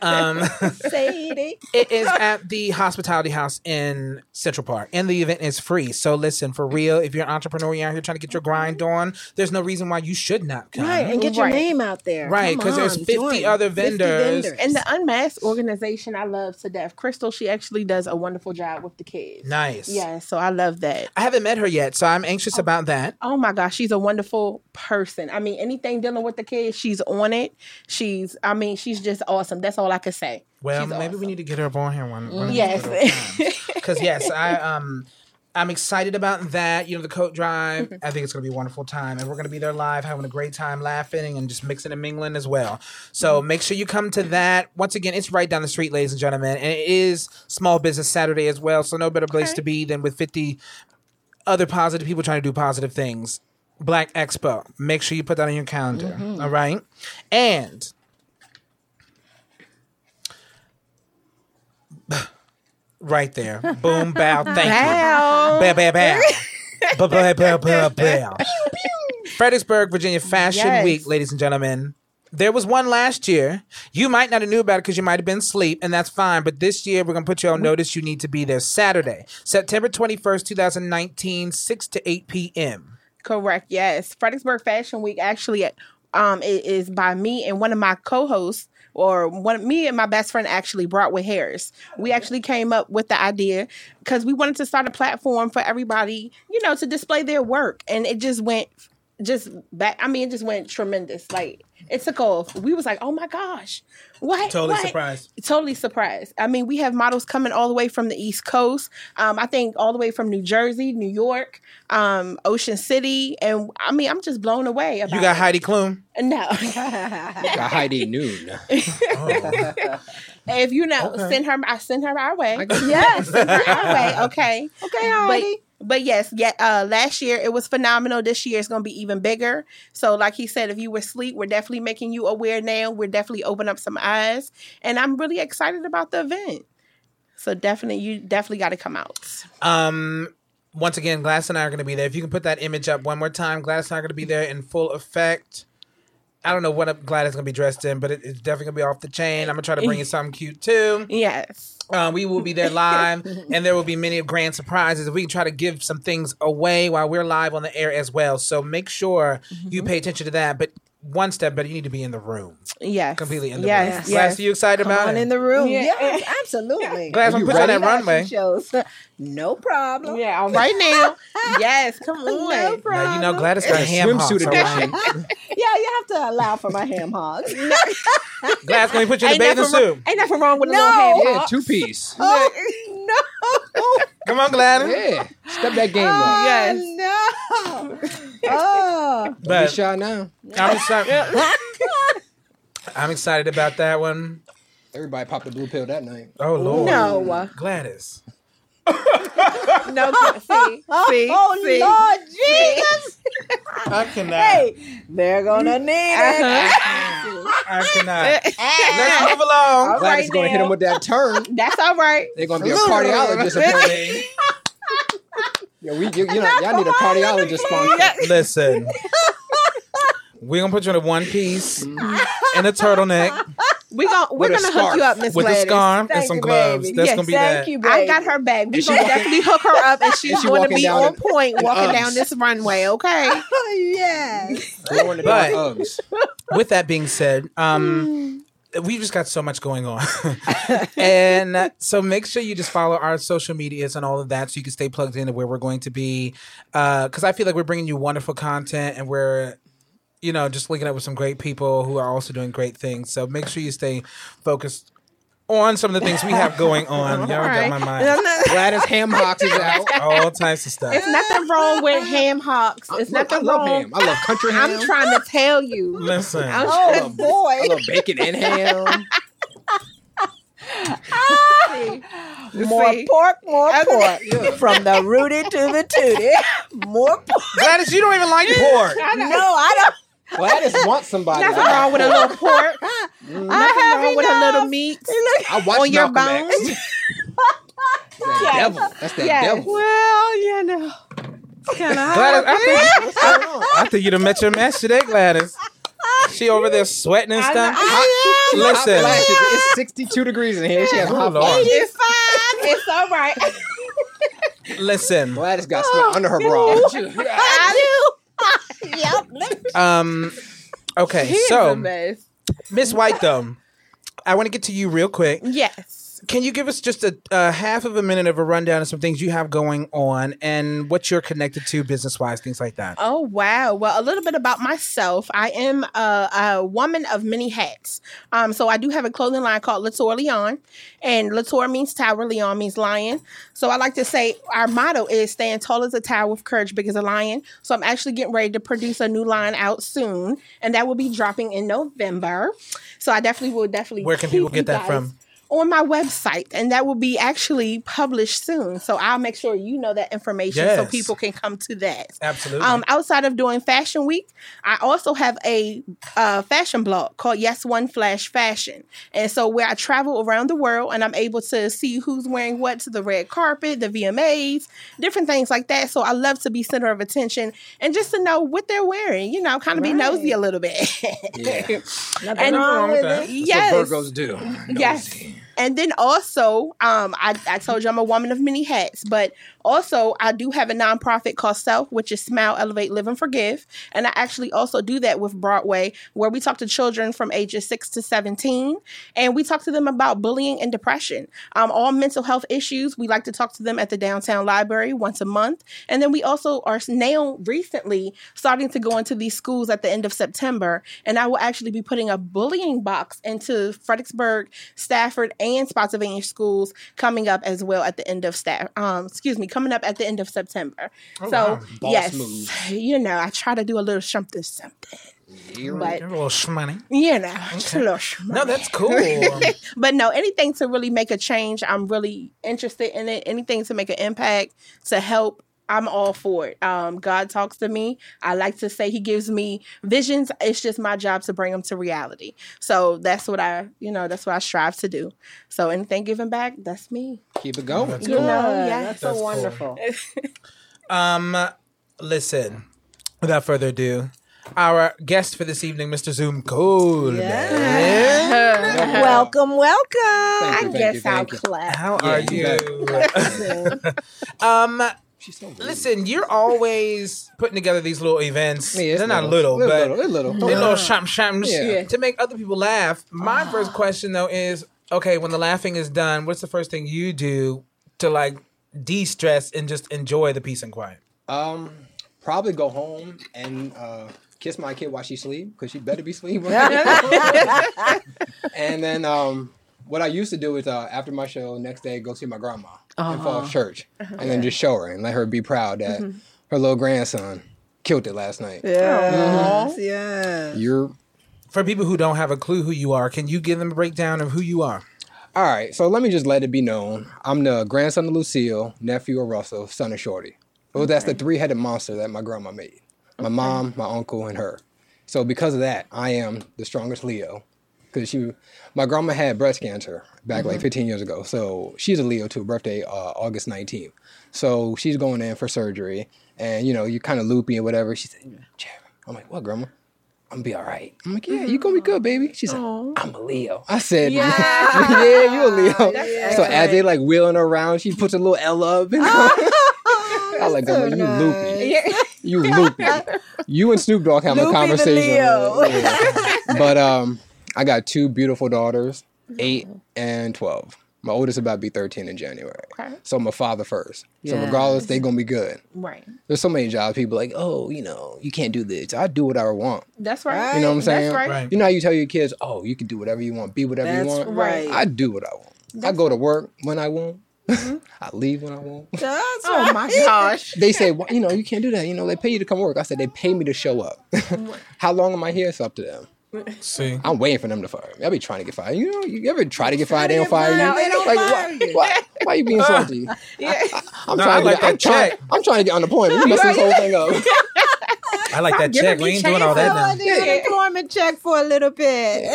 B: um,
C: Sadie.
B: it is at the hospitality house in Central Park, and the event is free. So listen, for real, if you're an entrepreneur you're out here trying to get your grind on, there's no reason why you should not come.
C: Right, and get your
E: Right.
C: name out there.
B: Right, 'cause
C: because
B: there's 50 other vendors.
E: And the Unmasked organization I love to death. Crystal, she actually does a wonderful job with the kids.
B: Nice.
E: Yeah, so I love that.
B: I haven't met her yet, so I'm anxious about that.
E: Oh my gosh, she's a wonderful person. I mean, anything dealing with the kids, she's on it. She's, I mean, she's just awesome. That's all I can say.
B: Well,
E: She's
B: maybe we
E: awesome.
B: need to get her up on here one. one of these
E: Yes.
B: little times. because yes, I um. I'm excited about that. You know, the coat drive.
E: Mm-hmm.
B: I think it's going to be a wonderful time, and we're going to be there live, having a great time, laughing and just mixing and mingling as well. So
E: Mm-hmm.
B: make sure you come to that. Once again, it's right down the street, ladies and gentlemen, and it is Small Business Saturday as well. So no better place to be than with 50 other positive people trying to do positive things. Black Expo. Make sure you put that on your calendar. all right, and. Right there. Boom, bow, thank you.
E: Wow.
B: Bow, bow, bow. Bow, bow, bow, bow, bow. Fredericksburg, Virginia Fashion
E: Yes.
B: Week, ladies and gentlemen. There was one last year. You might not have knew about it because you might have been asleep, and that's fine. But this year, we're going to put you on notice. You need to be there Saturday, September 21st, 2019, 6 to 8 p.m.
E: Correct. Yes. Fredericksburg Fashion Week actually um it is by me and one of my co-hosts or one me and my best friend actually Broadway Harris. We actually came up with the idea cuz we wanted to start a platform for everybody, you know, to display their work and it just went just back I mean it just went tremendous like it took off. We was like, "Oh my gosh. What? what? totally surprised. I mean, we have models coming all the way from the East Coast. Um, I think all the way from New Jersey, New York, um, Ocean City, and I mean, I'm just blown away. About
B: You got
E: it.
B: Heidi Klum.
E: No,
D: Got Heidi Noon.
E: if you know, send her. I send her our way. Yes, send her our way. Okay.
C: Okay,
E: but,
C: Heidi.
E: but yes, yeah, uh, last year it was phenomenal. This year it's going to be even bigger. So, like he said, if you were asleep, we're definitely making you aware now. We're definitely opening up some eyes, and I'm really excited about the event. So definitely, you definitely got to come out.
B: Um, once again, Gladys and I are going to be there. If you can put that image up one more time, Gladys and I are going to be there in full effect. I don't know what up Gladys is going to be dressed in, but it, it's definitely going to be off the chain. I'm going to try to bring you something cute too.
E: Yes,
B: Um, we will be there live, and there will be many grand surprises. We can try to give
C: Mm-hmm.
B: some things away while we're live on the air as well. So make sure you pay attention to that. But one step better. You need to be in the room,
E: Yes.
B: completely in the room.
E: yes.
B: Glass,
E: Yes.
B: are you excited
C: Come
B: about
C: on
B: it?
C: in the room.
E: Yeah.
C: Yes, absolutely.
B: Glass, I'm
D: You
B: putting you on
D: ready?
B: that runway.
C: Shows. No problem.
E: Yeah. all Right now. yes. Come on.
C: No problem.
B: Now, you know, Gladys got
D: It's a
B: ham hocks.
D: swimsuit
B: all right.
C: Yeah, you have to allow for my ham hocks.
B: Gladys, can we put you in a
E: Ain't
B: bathing
E: nothing, wrong,
B: suit?
E: ain't nothing wrong with a
C: No.
E: little ham
D: Yeah,
E: hock.
D: two piece.
C: oh no.
B: Come on, Gladys.
D: Yeah, step that game up.
E: Yes.
C: Oh, no. Oh.
D: Don't be
B: But
D: shy now.
B: I'm excited. I'm excited about that one.
D: Everybody popped a blue pill that night.
B: Oh Lord,
C: No.
B: Gladys.
E: No. See. See.
C: Oh,
E: see.
C: Lord Jesus.
B: I cannot.
C: Hey, they're going
E: Mm-hmm.
C: to need
E: Uh-huh.
C: it.
B: I cannot. Let's move along.
D: Gladys is gonna hit him with that turn.
E: That's all right.
D: They're gonna be a cardiologist appointment. Yo, we, you, you know, y'all need a cardiologist sponsor.
B: Listen, we're gonna put you in a one piece
C: Mm-hmm.
B: and a turtleneck
E: We gon' we're
D: With a
E: gonna hook
D: scarf.
E: you up, Miss
B: with
E: Gladys.
B: a scarf and
C: Thank
B: some
C: you,
B: gloves.
C: baby.
B: That's
E: Yes,
B: gonna be
C: thank
B: that.
C: you, baby.
E: I got her back. We're
D: she
E: gonna
D: walking-
E: definitely hook her up and she's
D: she
E: gonna
D: walking
E: be
D: down
E: on
D: in-
E: point walking down
D: Uggs.
E: this runway, okay?
C: Oh, yes.
D: Blowing the
B: But-
D: dark Uggs.
B: With that being said, um. We've just got so much going on. and uh, so make sure you just follow our social medias and all of that so you can stay plugged into where we're going to be. Because I feel like we're bringing you wonderful content and we're you know, just linking up with some great people who are also doing great things. So make sure you stay focused on some of the things we have going on. Y'all got
E: Alright.
B: my
E: No,
B: mind.
E: no,
D: Gladys ham hocks is out.
B: All types of stuff.
E: It's nothing wrong with ham hocks. It's
D: Look, I
E: nothing
D: love
E: wrong.
D: ham. I love country ham.
E: I'm trying to tell you.
B: Listen,
E: I'm
D: I
C: Oh,
D: love- I
C: boy.
D: love bacon and ham.
E: trying
C: More
E: see.
C: pork, more
E: Okay.
C: pork. From the rooty to the tootie. More pork.
B: Gladys, you don't even like pork.
C: No, I don't.
D: Gladys wants somebody.
E: Nothing wrong with a little pork. Nothing
C: have
E: wrong with a little
C: enough.
E: meat.
D: I watched
E: on your
D: Malcolm X.
E: bones.
D: That
E: Yes.
D: devil. That's that
E: Yes.
D: devil.
E: Well, you know. Can
B: Gladys, I think,
D: What's going on?
B: I think you'd have met your match today, Gladys. She over there sweating and
E: I know.
B: stuff.
E: I am.
D: Hot
B: Listen.
D: flashes. It's 62 degrees in here. She has
B: Oh,
D: hot
B: Lord.
D: flashes.
E: It's fine. It's all right.
B: Listen,
D: Gladys got
E: Oh,
D: sweat under her bra.
E: I
B: um,
E: do.
B: okay,
E: He is the
B: so
E: best.
B: Miss White, though, I want to get to you real quick.
E: Yes.
B: Can you give us just a, a half of a minute of a rundown of some things you have going on and what you're connected to business wise, things like that?
E: Oh wow. Well, a little bit about myself. I am a, a woman of many hats. Um, so I do have a clothing line called Latour Leon, and Latour means tower, Leon means lion. So I like to say our motto is "Stand tall as a tower with courage, big as a lion." So I'm actually getting ready to produce a new line out soon, and that will be dropping in November. So I definitely will definitely.
B: Where can people
E: keep you
B: get that
E: guys
B: from?
E: On my website, and that will be actually published soon. So I'll make sure you know that information so
B: Yes.
E: people can come to that.
B: Absolutely.
E: Um, outside of doing Fashion Week, I also have a uh, fashion blog called Yes One Flash Fashion, and so where I travel around the world and I'm able to see who's wearing what to the red carpet, the VMAs, different things like that. So I love to be center of attention and just to know what they're wearing. You know, kind of be
C: Right.
E: nosy a little bit.
D: Yeah.
C: Nothing
E: And-
C: wrong with
B: Okay.
C: it.
E: yes.
D: That's what Virgos do.
E: Yes. And then also, um, I, I told you I'm a woman of many hats, but also I do have a nonprofit called Self, which is Smile, Elevate, Live, and Forgive. And I actually also do that with Broadway, where we talk to children from ages 6 to 17, and we talk to them about bullying and depression. Um, all mental health issues, we like to talk to them at the downtown library once a month. And then we also are now recently starting to go into these schools at the end of September, and I will actually be putting a bullying box into Fredericksburg, Stafford, and Spotsylvania schools coming up as well at the end of staff. Um, excuse me, coming up at the end of September. so
B: wow.
D: Boss
E: yes,
D: moves.
E: you know, I try to do a little something, something, but
B: Give her a little shmoney.
E: you know, just a little shmoney.
B: No, that's cool. That's
E: But no, anything to really make a change, I'm really interested in it. Anything to make an impact, to help, I'm all for it. Um, God talks to me. I like to say He gives me visions. It's just my job to bring them to reality. So that's what I, you know, that's what I strive to do. So anything giving back, that's me.
D: Keep it going.
E: You know,
C: Good.
E: yeah.
C: That's so
B: cool.
C: wonderful.
B: Um, listen, without further ado, our guest for this evening, Mr. Zoom Cool.
C: Yeah.
D: Yeah.
C: Welcome, welcome.
D: Thank you,
E: I
D: thank
E: guess
D: you,
E: I'll
D: thank you.
E: clap.
B: How
D: Yeah,
B: are
D: you
B: you? um,
D: She's so rude.
B: Listen, you're always putting together these little events.
D: Yeah, it's
B: They're not little,
D: They're
B: but
D: little. They're little.
B: they're little sham shams
D: Yeah. Ah. Yeah.
B: to make other people laugh. My first question though is, okay, when the laughing is done, what's the first thing you do to like de-stress and just enjoy the peace and quiet?
D: Um, probably go home and uh, kiss my kid while she sleep because she better be sleep. and then um, what I used to do is uh, after my show, next day go see my grandma and fall church, and then just show her and let her be proud that her little grandson killed it last night.
C: Yes, yes.
D: You're
B: For people who don't have a clue who you are, can you give them a breakdown of who you are?
D: all right. So let me just let it be known: I'm the grandson of Lucille, nephew of Russell, son of Shorty. Well, that's the three-headed monster that my grandma made: my mom, my uncle, and her. So because of that, I am the strongest Leo. Because she, my grandma had breast cancer back like 15 years ago. So she's a Leo too. Birthday uh, August 19th. So she's going in for surgery, and you know you're kind of loopy and whatever. She said, "Jeremy," I'm like, "What, grandma?" I'm gonna be all right. I'm like, "Yeah, you gonna
C: Mm-hmm.
D: be good, baby." She said, "I'm a Leo." I said, "Yeah, you a Leo." So as they like wheeling around, she puts a little L up. And I like, grandma, you loopy. You loopy. You and Snoop Dogg have a
C: Loopy the
D: conversation.
C: Leo.
D: Yeah. but um, I got two beautiful daughters, eight and twelve. My oldest about to be thirteen in January.
E: Okay.
D: So I'm a father first. So
C: Yes.
D: regardless, they gonna be good.
E: Right.
D: There's so many jobs people like, oh, you know, you can't do this. I do what I want.
E: That's right.
D: You know what I'm saying?
E: That's right.
B: Right.
D: You know how you tell your kids, oh, you can do whatever you want, be whatever
C: That's
D: you want.
C: right.
D: I do what I want. I go to work when I want. I leave when I want.
C: That's
E: Oh
C: right.
E: my gosh.
D: They say, well, you know, you can't do that. You know, they pay you to come work. I said, they pay me to show up. how long am I here? It's up to them.
B: See.
D: I'm waiting for them to fire me. I be trying to get fired. You know, you ever try to get fired? They don't fire you.
C: No, they don't
D: like,
C: fire
D: why, why? Why you being salty?
E: Yeah.
D: I, am
B: No, I
D: trying.
B: like
D: to, get- I'm
B: that
D: trying.
B: check.
D: I'm trying to get on the point. You messing this whole thing up.
B: I like that check. We ain't doing all that now.
C: the unemployment check for a little bit.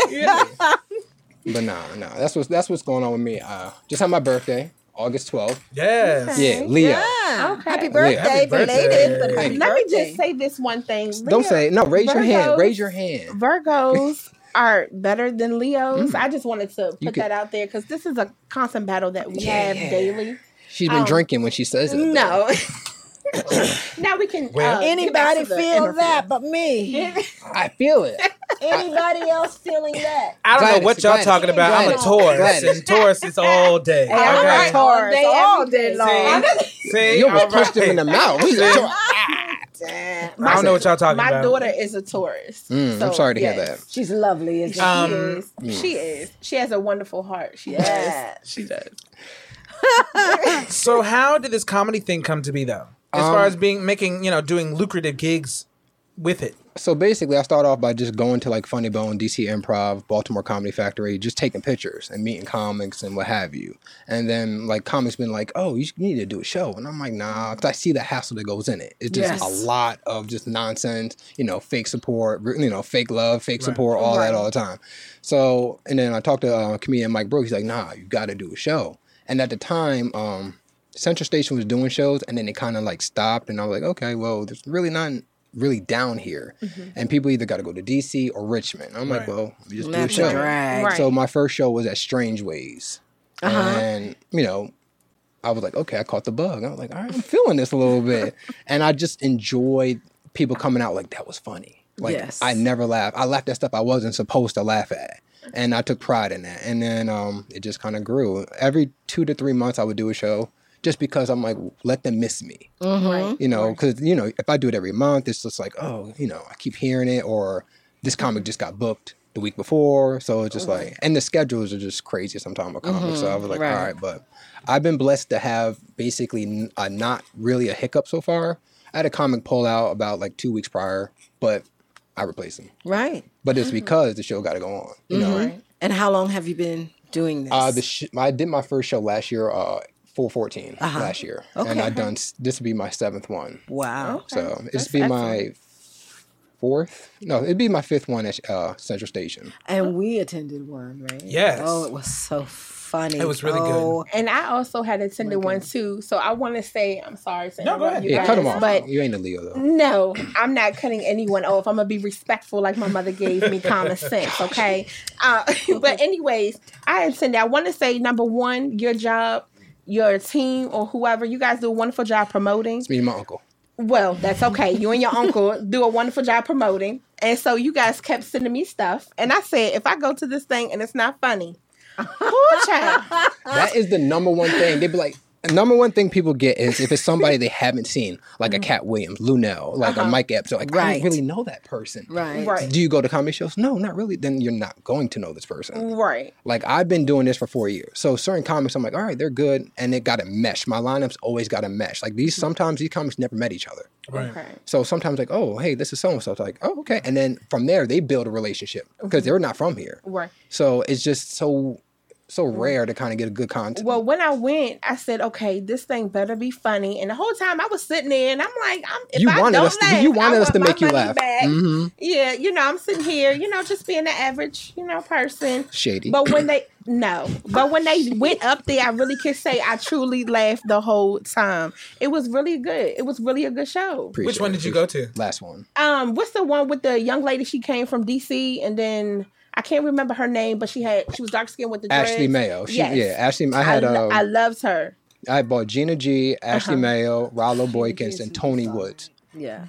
D: But nah, nah. That's what's that's what's going on with me. Uh, just had my birthday, August 12th.
B: Yes.
D: Yeah, Leo.
C: Yeah.
E: Okay.
C: Happy birthday,
B: Happy birthday.
C: belated, but happy
D: Thank you.
E: Let me
C: birthday.
E: just say this one thing.
D: Don't say it. No, raise your hand.
E: Virgos-
D: Raise your hand.
E: Virgos are better than Leos. I just wanted to put
D: Mm. You could-
E: that out there because this is a constant battle that we have daily.
D: She's been
E: Oh.
D: drinking when she says it.
E: No. now we can.
B: Well-
E: uh, get back
C: Anybody
E: to the
C: feel
E: interview.
C: that but me?
D: I feel it.
C: Anybody else feeling that?
B: I don't
D: Gladys,
B: know what y'all
D: Gladys,
B: talking about.
D: Gladys,
B: I'm a Taurus,
D: Gladys.
B: and Taurus is all day.
E: I'm
B: okay?
E: right.
C: All
E: All day,
C: all
E: every
C: day
E: day.
C: long.
B: See, See?
D: You
B: All
D: almost pushed him
B: right.
D: in the mouth. We-
B: I don't know what y'all talking
E: My
B: about.
E: daughter is a Taurus.
D: Mm, I'm sorry to hear that. Mm.
E: yes.
C: She's lovely, isn't she?
E: She
B: Um,
E: is. She is. She has a wonderful heart. She
C: Yes.
E: does. She does.
B: So how did this comedy thing come to be though? As
D: Um,
B: far as being making, you know, doing lucrative gigs with it.
D: So basically, I start off by just going to like Funny Bone, DC Improv, Baltimore Comedy Factory, just taking pictures and meeting comics and what have you. And then like comics been like, "Oh, you need to do a show," and I'm like, "Nah," because I see the hassle that goes in it. It's just
C: Yes.
D: a lot of just nonsense, you know, fake support, you know, fake love, fake
B: Right.
D: support, all that all the time. So, and then I talked to uh, comedian Mike Brooks. He's like, "Nah, you got to do a show." And at the time, um, Central Station was doing shows, and then it kind of like stopped. And I was like, "Okay, well, there's really nothing really down here, and people either got to go to DC or Richmond." I'm like,
B: Right.
D: "Well, we just
C: Left
D: do a
C: and
D: show."
C: right. Uh-huh.
E: Right.
D: So my first show was at Strange Ways, and you know, I was like, okay, I caught the bug. I was like, all right, I'm feeling this a little bit, and I just enjoyed people coming out like that was funny. Like
C: Yes.
D: I never laughed. I laughed at stuff I wasn't supposed to laugh at, and I took pride in that. And then um, it just kind of grew. Every two to three months, I would do a show. Just because I'm like, let them miss me,
C: Mm.
E: Right.
D: you know, because you know, if I do it every month, it's just like, oh, you know, I keep hearing it, or this comic just got booked the week before, so it's just like, and the schedules are just crazy sometimes with comics. So I was like,
C: Mm-hmm. right.
D: all right, but I've been blessed to have basically n- uh, not really a hiccup so far. I had a comic pull out about like two weeks prior, but I replaced him.
C: Right.
D: But it's because the show got to go on, you know.
C: And how long have you been doing this?
D: Uh, the sh- I did my first show last year, uh, 414 last year, and
C: Uh-huh. Okay.
D: I done s- this would be my seventh one.
C: wow.
D: So
E: That's
D: it's be my fourth. No, it'd be my fifth one at uh, Central Station.
C: And we attended one, right?
B: Yes.
C: Oh, it was so funny.
B: It was really good.
C: oh,
E: And I also had attended one too. So I want to say, I'm sorry to
B: No, go
E: interrupt
B: ahead.
E: you
D: Yeah,
E: guys,
D: cut them off.
E: but Mm.
D: you ain't a Leo though.
E: no, I'm not cutting anyone off. I'm gonna be respectful, like my mother gave me common sense. Okay, uh, but anyways, I attended. I want to say number one, your job your team or whoever. You guys do a wonderful job promoting.
D: Me and my uncle.
E: Well, that's okay. You and your uncle do a wonderful job promoting. And so you guys kept sending me stuff. And I said, if I go to this thing and it's not funny, whoo, child.
D: That is the number one thing. They'd be like, the number one thing people get is if it's somebody they haven't seen, like a
E: Mm.
D: Cat Williams, Lunel, like a Mike Epps. They're like, I
C: Right.
D: don't really know that person.
C: Right.
E: Uh-huh. Right.
D: Do you go to comedy shows? No, not really. Then you're not going to know this person.
E: Right.
D: Like I've been doing this for four years. So certain comics, I'm like, all right, they're good, and it got to mesh. My lineups always got to mesh. Like these, sometimes these comics never met each other.
B: Right.
E: Hmm. Okay.
D: So sometimes like, oh, hey, this is so and so. Like, oh, okay, and then from there they build a relationship because they're not from here.
E: Mm-hmm. Right. Mm-hmm.
D: So it's just so so rare to kind of get a good content.
E: Well, when I went, I said, okay, this thing better be funny. And the whole time I was sitting there and I'm like, I'm, if
D: You
E: I
D: wanted
E: don't
D: us to-
E: laugh,
D: you wanted
E: I
D: us to
E: want my
D: make you
E: money
D: laugh. Mm-hmm.
E: back. Yeah, you know, I'm sitting here, you know, just being an average, you know, person.
D: Shady.
E: But when they no, but when they went up there, I really can say I truly laughed the whole time. It was really good. It was really a good show.
D: Appreciate
B: Which one
D: it.
B: did you go to?
D: Last one.
E: Um, what's the one with the young lady? She came from DC, and then I can't remember her name, but she had she was dark skinned with the
D: Ashley
E: dreads.
D: Mayo. She,
E: Yes.
D: Yeah, Ashley. I had
E: I, lo-
D: um,
E: I Uh-huh. loved her.
D: I, bought Gina G, Ashley Mayo, Rollo Boykins,
C: G's
D: and Tony
C: is-
D: Woods.
C: Yeah.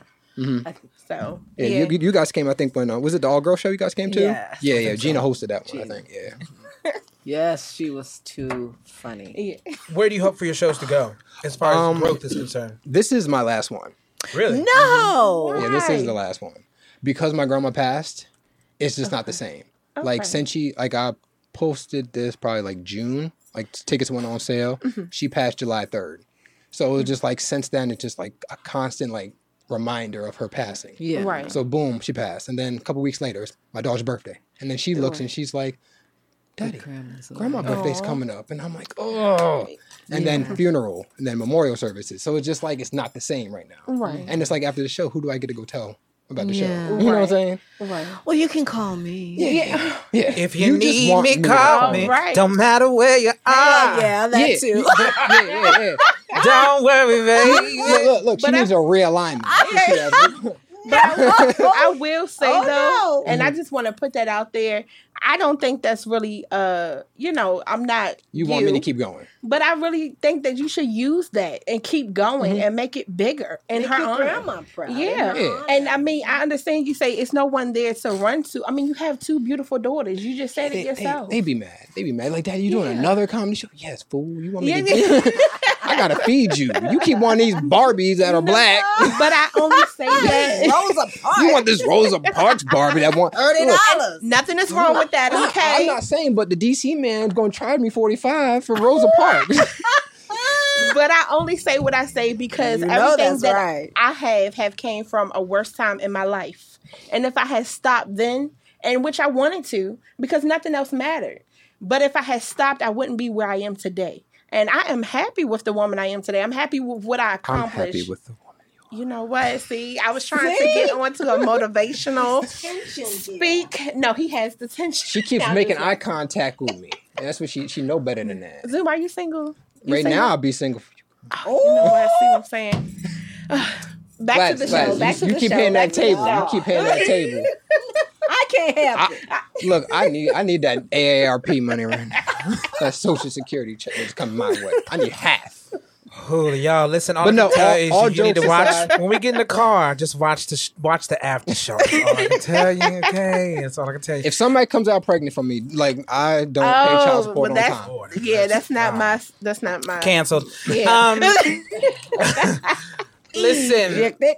E: So
D: Yeah, You, you guys came. I think when uh, was it the all girl show you guys came to?
C: Yes,
D: yeah,
C: I
D: yeah.
C: think
D: Gina hosted that one.
C: Gina.
D: I think. Yeah.
C: Yes, she was too funny.
E: yeah.
B: Where do you hope for your shows to go as far as
D: Um,
B: growth is concerned?
D: This is my last one.
B: Really?
C: No.
D: Yeah, this is the last one because my grandma passed. It's just not the same. Like
E: Okay.
D: since she like I posted this probably like June. Like tickets went on sale. She passed July third. So it was just like since then it's just like a constant like reminder of her passing.
C: Yeah.
E: right.
D: So boom, she passed. And then a couple weeks later, it's my daughter's birthday. And then she looks and she's like, Daddy,
C: Grandma's
E: Oh.
D: grandma birthday's coming up. And I'm like, oh. And then funeral and then memorial services. So it's just like it's not the same right now.
E: Right.
D: And it's like after the show, who do I get to go tell about the
C: Yeah.
D: show? You know what I'm
E: Right.
D: saying?
E: right.
C: Well, you can call me. Yeah.
E: Yeah.
D: Yeah.
B: If you,
D: just
B: need
D: want
B: me,
D: to
B: call me.
E: Right.
B: Don't matter where you are.
C: yeah,
D: Yeah.
C: that too.
D: yeah, yeah, yeah.
B: Don't worry,
D: Look,
B: baby.
D: look, look, she
E: But I-
D: needs a realignment. She has-
E: I will say
C: Oh,
E: though,
C: no.
E: and I
D: Mm-hmm.
E: just want to put that out there. I don't think that's really uh, you know, I'm not
D: you want me to keep going.
E: but I really think that you should use that and keep going and make it bigger and
C: And
E: her
C: her
E: honor.
C: grandma proud. in
E: Yeah.
C: her
D: Mm-hmm. Yeah.
C: honor.
E: And I mean, I understand you say it's no one there to run to. I mean, you have two beautiful daughters. You just said
D: They,
E: it
D: they,
E: yourself.
D: they be mad. They be mad. Like, Daddy, you doing another comedy show? Yes, fool. You want me
E: Yeah,
D: to I gotta feed you. You keep wanting these Barbies that are black.
E: but I only say that.
C: Rosa Parks.
D: You want this Rosa Parks Barbie that want
C: Thirty
D: Look,
C: dollars.
E: Nothing is wrong with that, okay?
D: I'm not saying, but the DC man's gonna charge me forty five for Rosa Parks.
E: but I only say what I say because
C: You know
E: everything
C: that's
E: that
C: right.
E: I have have came from a worst time in my life. And if I had stopped then, and which I wanted to, because nothing else mattered. But if I had stopped, I wouldn't be where I am today. And I am happy with the woman I am today. I'm happy with what I
D: I'm
E: accomplished.
D: happy with the woman. you
E: you know what? See, I was trying to get onto a motivational speak. No, he has the tension.
D: She keeps making eye contact with me. And that's what she she know better than that.
E: Zoom, are you single? You
D: right
E: single?
D: now, I'll be single. For you.
E: You know what? I see what I'm saying. back
D: Gladys,
E: to the
D: Gladys,
E: show. Back
D: you,
E: to
D: you
E: the
D: keep
E: show.
D: hitting
E: back
D: that
E: to the
D: table. You
E: show.
D: keep hitting that table.
C: I can't help it.
D: I, look, I need I need that AARP money right now. that Social Security check is coming my way. I need half.
B: Cool, y'all. Listen, all
D: But
B: I
D: no,
B: can tell
D: all-
B: is
D: all
B: you need to
D: jokes
B: watch
D: aside-
B: when we get in the car. Just watch the sh- watch the after show. That's all I can tell you. Okay, that's all I can tell you.
D: If somebody comes out pregnant from me, like I don't pay child
E: Oh,
D: support
E: well,
D: on
E: that's
D: time.
B: Lord,
E: yeah. That's not
B: God.
E: my. That's not my.
B: canceled.
E: Yeah.
B: Um, listen.
C: Reject it.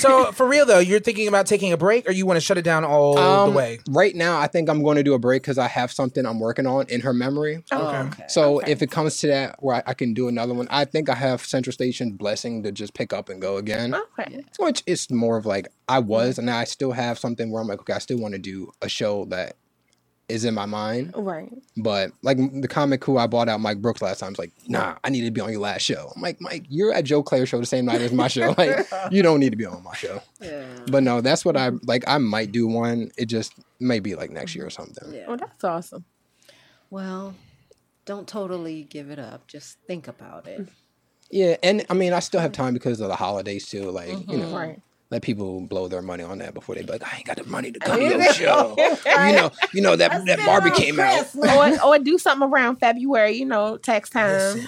B: So for real though, you're thinking about taking a break, or you want to shut it down all
D: Um,
B: the way?
D: Right now, I think I'm going to do a break because I have something I'm working on in her memory.
E: okay.
D: So if it comes to that where I, I can do another one, I think I have Central Station blessing to just pick up and go again.
E: Okay.
D: Which is more of like I was, and I still have something where I'm like, okay, I still want to do a show that is in my mind.
E: Right.
D: But like the comic who I bought out, Mike Brooks, last time, was like, nah, I need to be on your last show. I'm like, Mike, you're at Joe Claire's show the same night as my show. Like, you don't need to be on my show.
C: Yeah.
D: But no, that's what
E: Mm-hmm.
D: I like. I might do one. It just may be like next year or something.
C: Yeah.
E: Well, that's awesome.
C: Well, don't totally give it up. Just think about it.
D: Yeah, and I mean, I still have time because of the holidays too. Like, you know,
E: Right.
D: let people blow their money on that before they be like, I ain't got the money to come to your show. you know, you know that that Barbie came out.
E: or or do something around February. You know, tax time.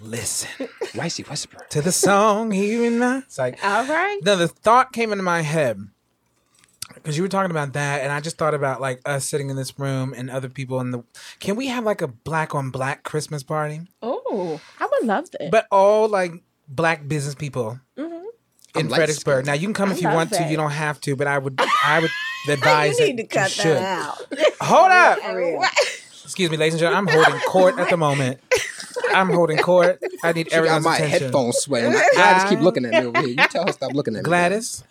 B: Listen
D: Ricey Whisper.
B: to the song, even now. It's like,
E: All right.
B: No, the thought came into my head because you were talking about that, and I just thought about like us sitting in this room and other people in the. Can we have like a black on black Christmas party?
E: Oh, I would love that.
B: But all like black business people in
D: I'm light
B: Fredericksburg.
D: skinned.
B: Now you can come if you
E: love
B: want to.
E: that.
B: You don't have to, but I would. I would advise
C: you need
B: that
C: to cut
B: you should.
C: that out.
B: Hold up.
C: For real.
B: Excuse me, ladies and gentlemen. I'm holding court at the moment. I'm holding court. I need
D: She got
B: everyone's
D: my
B: attention.
D: headphones sweating. Gladys keep looking at me over here. You tell her stop looking at me.
B: Gladys,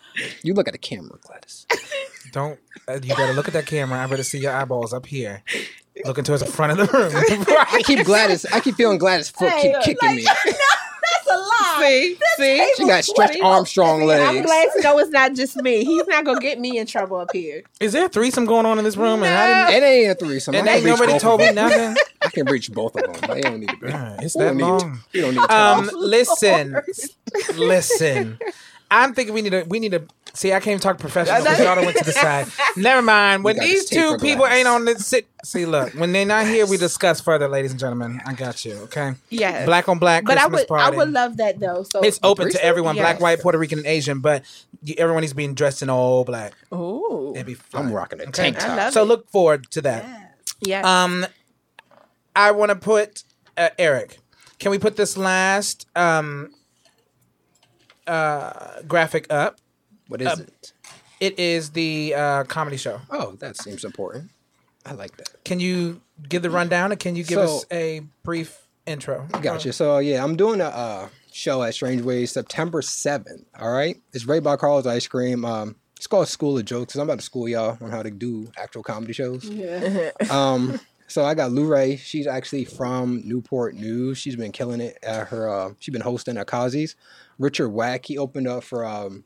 D: You look at the camera, Gladys.
B: Don't uh, you better look at that camera? I better see your eyeballs up here, looking towards the front of the room.
D: I keep Gladys. I keep feeling Gladys' foot keep kicking me.
C: That's a lie.
E: see, see.
D: She got stretched Armstrong
E: I'm
D: legs.
E: glad to know it's not just me. He's not gonna get me in trouble up here.
B: Is there a threesome going on in this room? And, I
D: It ain't a threesome.
B: didn't, and
D: I can
B: ain't
D: reach
B: nobody
D: both
B: told
D: of
B: me
D: them.
B: nothing.
D: I can reach both of them. They don't need to be.
B: Alright, It's
D: We
B: that
D: don't need to-
B: long.
D: You don't need to.
B: Um, listen, listen. I'm thinking we need to. We need to. See, I can't even talk professional because y'all done went to the side. Never mind. When
D: got
B: these
D: this
B: two
D: taper
B: people
D: glass.
B: ain't on this, sit. See, look. When they're not here, we discuss further, ladies and gentlemen. I got you. Okay.
E: Yes.
B: Black on black.
E: But I
B: Christmas
E: would,
B: party.
E: I would love that though. So
B: It's open to everyone, black,
E: Yes.
B: white, Puerto Rican, and Asian, but y- everyone is being dressed in all black.
E: Ooh,
B: It'd be fun.
D: I'm rocking a tank
E: I
D: top.
E: love
B: so
E: it.
B: look forward to that.
E: yes.
B: Um, I want to put uh, Eric. Can we put this last um, uh, graphic up?
D: What
B: um,
D: is it?
B: It is the uh, comedy show.
D: Oh, that seems important. I like that.
B: Can you give the rundown, and can you give
D: So-
B: us a brief intro?
D: Gotcha. So yeah, I'm doing a uh, show at Strange Ways September 7th. All right, it's right by Carl's Ice Cream. Um, it's called School of Jokes. 'cause I'm about to school y'all on how to do actual comedy shows. um, so I got Lou Ray. She's actually from Newport News. She's been killing it at her. Uh, she's been hosting at Kazi's. Richard Wack. He opened up for um,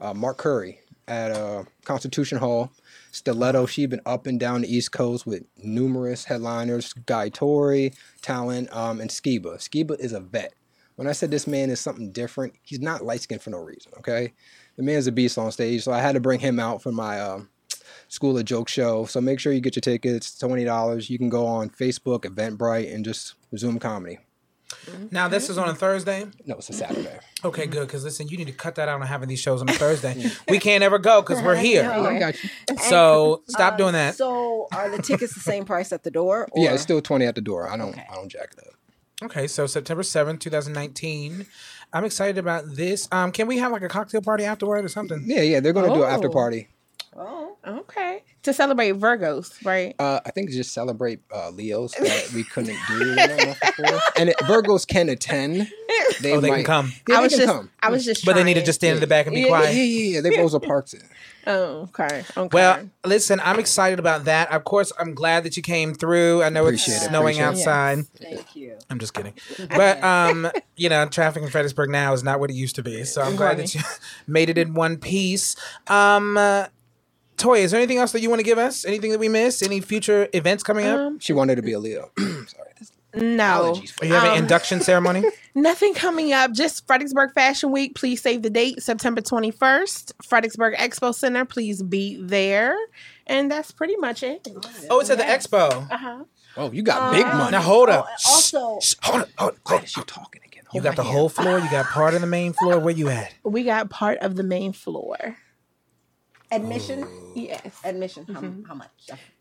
D: uh, Mark Curry at uh, Constitution Hall. Stiletto, she's been up and down the East Coast with numerous headliners, Guy Tori, Talon, um, and Skiba. Skiba is a vet. When I said this man is something different, he's not light skinned for no reason, okay? The man's a beast on stage, so I had to bring him out for my um, School of Joke show. So make sure you get your tickets, $20. You can go on Facebook, Eventbrite, and just Zoom comedy.
B: Now this is on a Thursday.
D: No, it's a Saturday.
B: Okay, good. Because listen, you need to cut that out on having these shows on a Thursday. we can't ever go because we're here.
D: I got you.
B: So stop doing that.
C: So are the tickets the same price at the door? Or?
D: Yeah, it's still 20 at the door. I don't, I don't jack it up.
B: Okay, so September seventh, two 2019. I'm excited about this. Um, can we have like a cocktail party afterward or something?
D: Yeah, yeah, they're gonna do an after
E: Oh.
D: party.
C: Oh,
E: okay, to celebrate Virgos, right?
D: Uh, I think it's just celebrate uh, Leos that we couldn't do you know, month before. And it, Virgos can attend. They,
B: Oh, they can
D: might-
B: come.
D: Yeah,
E: I
D: they
E: was
D: can
E: just,
D: come.
E: I was just,
B: But they need to
E: trying.
B: just stand in the back and be
E: Yeah.
D: Yeah, yeah,
B: quiet.
D: yeah. They Rosa Parks it.
E: Oh, okay, okay.
B: Well, listen, I'm excited about that. Of course, I'm glad that you came through. I know
D: Appreciate
B: it's
D: it,
B: snowing
D: appreciate it.
B: outside.
C: thank you.
B: I'm just kidding. But um, you know, traffic in Fredericksburg now is not what it used to be. So I'm glad that you made it in one piece. Um uh, Toy, is there anything else that you want to give us? Anything that we missed? Any future events coming up?
E: Um,
D: She wanted to be a Leo. Sorry. That's
E: no,
D: allergies.
B: Are you having
E: um,
B: induction ceremony?
E: nothing coming up. Just Fredericksburg Fashion Week. Please save the date, September twenty first, Fredericksburg Expo Center. Please be there, and that's pretty much it.
B: Oh, it's at the expo.
E: Uh huh.
D: Oh, you got big
E: Um,
D: money.
B: Now hold
E: Oh,
B: up.
C: and also-
B: Shh, shh, hold up. Hold up. Hold up.
D: Gladys, you're talking again.
B: You
D: Hold
B: got the
D: my hand.
B: whole floor. You got part of the main floor. Where you at?
E: We got part of the main floor.
C: Admission,
D: Oh.
C: Mm-hmm.
E: Yes.
C: admission. How, how much?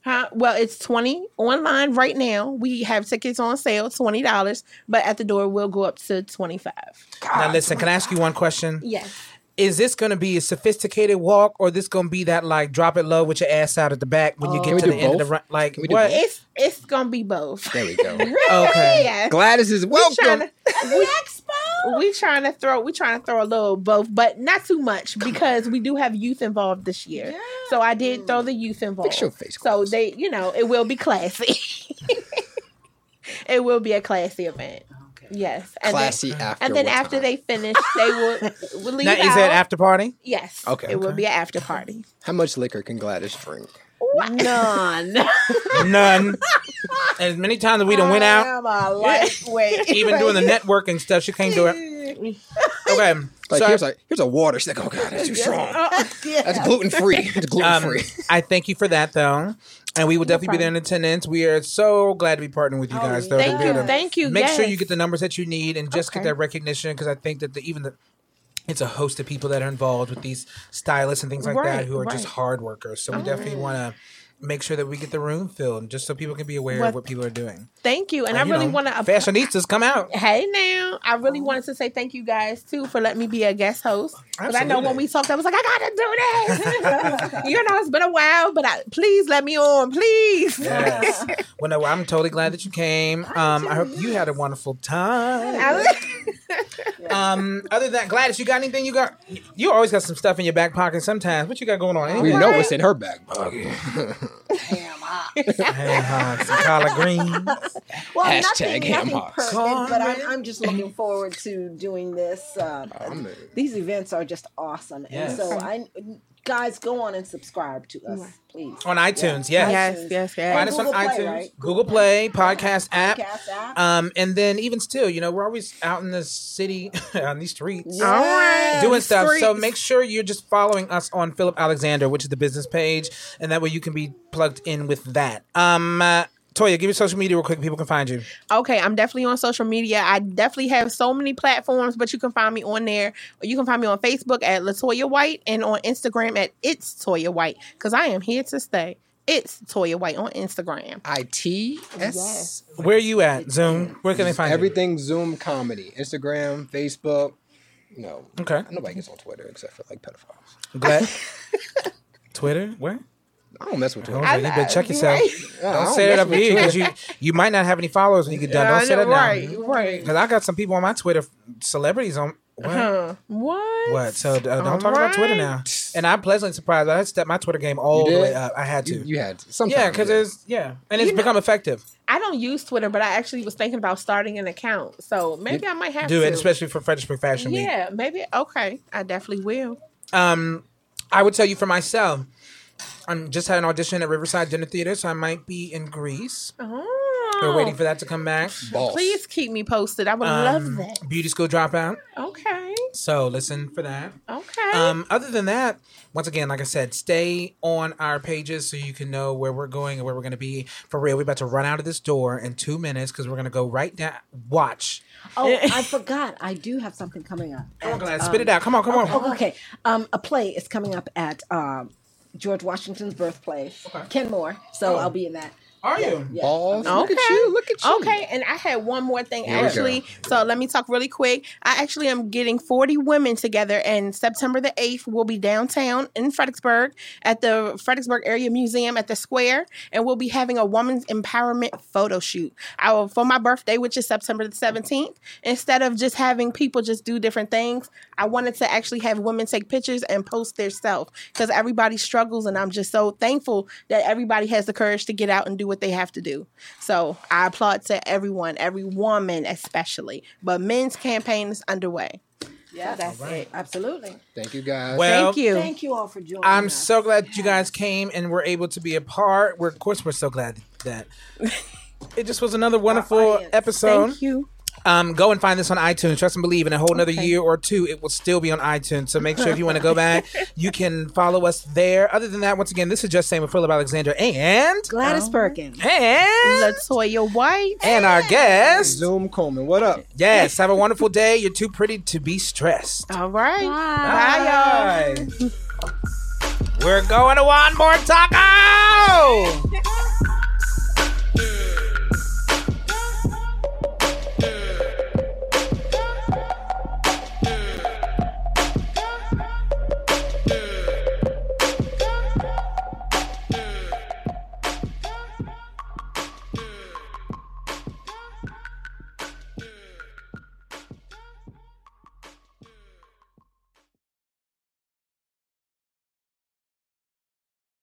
E: Huh? Well, it's twenty online right now. We have tickets on sale, twenty dollars, but at the door we'll go up to twenty five.
B: Now listen, can I ask you one question?
E: Yes.
B: Is this gonna be a sophisticated walk or this gonna be that like drop it low with your ass out at the back when you get
D: Can we
B: to the
D: do
B: end of the
D: both?
B: run? Like
D: we do
B: what?
D: both?
E: Oh. It's it's gonna be both.
D: There we go.
B: Okay.
E: yeah.
D: Gladys is
E: trying
D: welcome.
E: to, we, we trying to throw we trying to throw a little both, but not too much because we do have youth involved this year. So I did throw the youth involved.
D: your face
E: so
D: close.
E: they, you know, it will be classy. it will be a classy event.
C: Okay.
E: Yes. And
D: Classy
E: Then,
D: after.
E: and then
D: what
E: after
D: time?
E: they finish, they will, will leave
B: Now,
E: out.
B: is that after party?
E: yes.
D: Okay,
E: It will
B: okay.
E: be an after party.
D: How much liquor can Gladys drink?
C: None.
B: None. As many times that we done went
E: Oh,
B: out,
C: I'm a lightweight.
B: even doing the networking stuff, she can't do it. Okay.
D: Like
B: so
D: here's like here's a water. She's like, oh god, that's too strong.
C: Yeah.
D: That's gluten free. It's gluten
B: um,
D: free.
B: I thank you for that though. And we will definitely be there in attendance. We are so glad to be partnering with you guys. though, to
E: Oh, Thank
B: be
E: you.
B: able to
E: Thank you.
B: Make sure
E: Yes.
B: you get the numbers that you need and just get
E: Okay.
B: that recognition because I think that the, even the it's a host of people that are involved with these stylists and things like that
E: Right,
B: who are just
E: right. Mm.
B: hard workers. So we definitely want to make sure that we get the room filled just so people can be aware
E: Well,
B: of what people are doing.
E: Thank you. And I
B: You
E: really
B: know,
E: want to
B: fashionistas come out.
E: Hey now, I really
B: Uh-huh.
E: wanted to say thank you guys too for letting me be a guest host. Because I know when
B: Absolutely.
E: we talked, I was like, I gotta do this. you know, it's been a while, but I, please let me on, please.
B: Yes. well, no, I'm totally glad that you came. Um, I hope you had a wonderful time. Um, other than that, Gladys, you got anything you got? You always got some stuff in your back pocket sometimes. What you got going on?
D: We
B: Anything?
D: know what's in her back pocket.
B: Hey, hon, some collard greens.
C: Well,
D: Hashtag
C: nothing,
D: ham
C: nothing
D: hocks.
C: perfect, but I'm, I'm just looking forward to doing this. Uh,
D: I'm in.
C: these events are just awesome,
B: Yes.
C: and so I guys go on and subscribe to us, please.
B: On iTunes, yes.
E: Yes, yes, yes.
B: Find us on
C: Google Play,
B: iTunes,
C: right?
B: Google Play, podcast app.
C: Podcast app.
B: Um, and then even still, you know, we're always out in the city, on these streets.
E: All right.
B: doing stuff. So
E: Streets.
B: make sure you're just following us on Philip Alexander, which is the business page, and that way you can be plugged in with that. Um, uh, Toya, give your social media real quick. People can find you.
E: Okay, I'm definitely on social media. I definitely have so many platforms, but you can find me on there. You can find me on Facebook at Latoya White and on Instagram at It's Toya White because I am here to stay. It's Toya White on Instagram.
D: I T S.
B: Where are you at, Zoom? Where can they find
D: Everything Zoom comedy, Instagram, Facebook. You know,
B: you? Okay.
D: nobody gets on Twitter except for like pedophiles.
B: Glad. Twitter? Where?
D: I don't mess with Twitter.
B: Okay, you better check yourself.
D: Yeah, I
B: Don't
D: don't
B: say that
D: mess
B: up
D: with
B: here
D: Twitter.
B: because you, you might not have any followers when you get done. Don't
E: I
B: say
E: know,
B: that
E: right,
B: now.
E: right.
B: Because I got some people on my Twitter, celebrities on. What?
E: What?
B: What? So uh, don't talk about Twitter now. And I'm pleasantly surprised. I had to step my Twitter game all
D: You
B: the
D: did?
B: way up. I had to.
D: You, you had sometimes.
B: Yeah, because it's yeah, and it's become effective.
E: I don't use Twitter, but I actually was thinking about starting an account. So maybe I might have
B: Do
E: to
B: it, especially for Fredericksburg Fashion Week.
E: Yeah, maybe. Okay, I definitely will.
B: Um, I would tell you for myself. I'm just had an audition at Riverside Dinner Theater, so I might be in Greece.
E: Oh,
B: We're waiting for that to come back.
D: Boss.
E: Please keep me posted. I would love
B: Um,
E: that.
B: Beauty school dropout.
E: Okay.
B: So listen for that.
E: Okay.
B: Um, other than that, once again, like I said, stay on our pages so you can know where we're going and where we're going to be. For real, we're about to run out of this door in two minutes because we're going to go right down. Watch.
C: Oh, I forgot. I do have something coming up.
B: Come on,
C: at,
B: Glenn,
C: um,
B: spit it out. Come on, come on.
C: Oh, okay. Um, a play is coming up at um, George Washington's birthplace, Kenmore.
B: Oh.
C: So I'll be in that.
B: Are you?
C: Yeah.
D: Balls.
E: Okay.
D: Look at you. Look at you.
E: Okay, and I had one more thing
D: we go.
E: actually. So let me talk really quick. I actually am getting 40 women together, and September the 8th, we'll be downtown in Fredericksburg at the Fredericksburg Area Museum at the Square, and we'll be having a woman's empowerment photo shoot. I will, for my birthday, which is September the 17th, instead of just having people just do different things, I wanted to actually have women take pictures and post their self because everybody struggles, and I'm just so thankful that everybody has the courage to get out and do what they have to do. So I applaud to everyone, every woman especially. But men's campaign is underway.
C: Yeah, that's
B: right.
C: it. Absolutely.
D: Thank you guys.
B: Well,
E: Thank you.
C: Thank you all for joining.
B: I'm
C: us.
B: so glad that you guys came and were able to be a part. We're, of course, we're so glad that it just was another wonderful
C: audience.
B: episode.
E: Thank you.
B: Um, go and find this on iTunes. Trust and believe. In a whole another
E: Okay.
B: year or two, it will still be on iTunes. So make sure if you want to go back, you can follow us there. Other than that, once again, this is just saying with Philip Alexander and
C: Gladys Perkins.
B: and
E: Latoya White.
B: and our guest.
D: Zoom Coleman. What up?
B: Yes, have a wonderful day. You're too pretty to be stressed.
E: All right.
F: Bye.
E: Bye, y'all.
B: We're going to one more taco.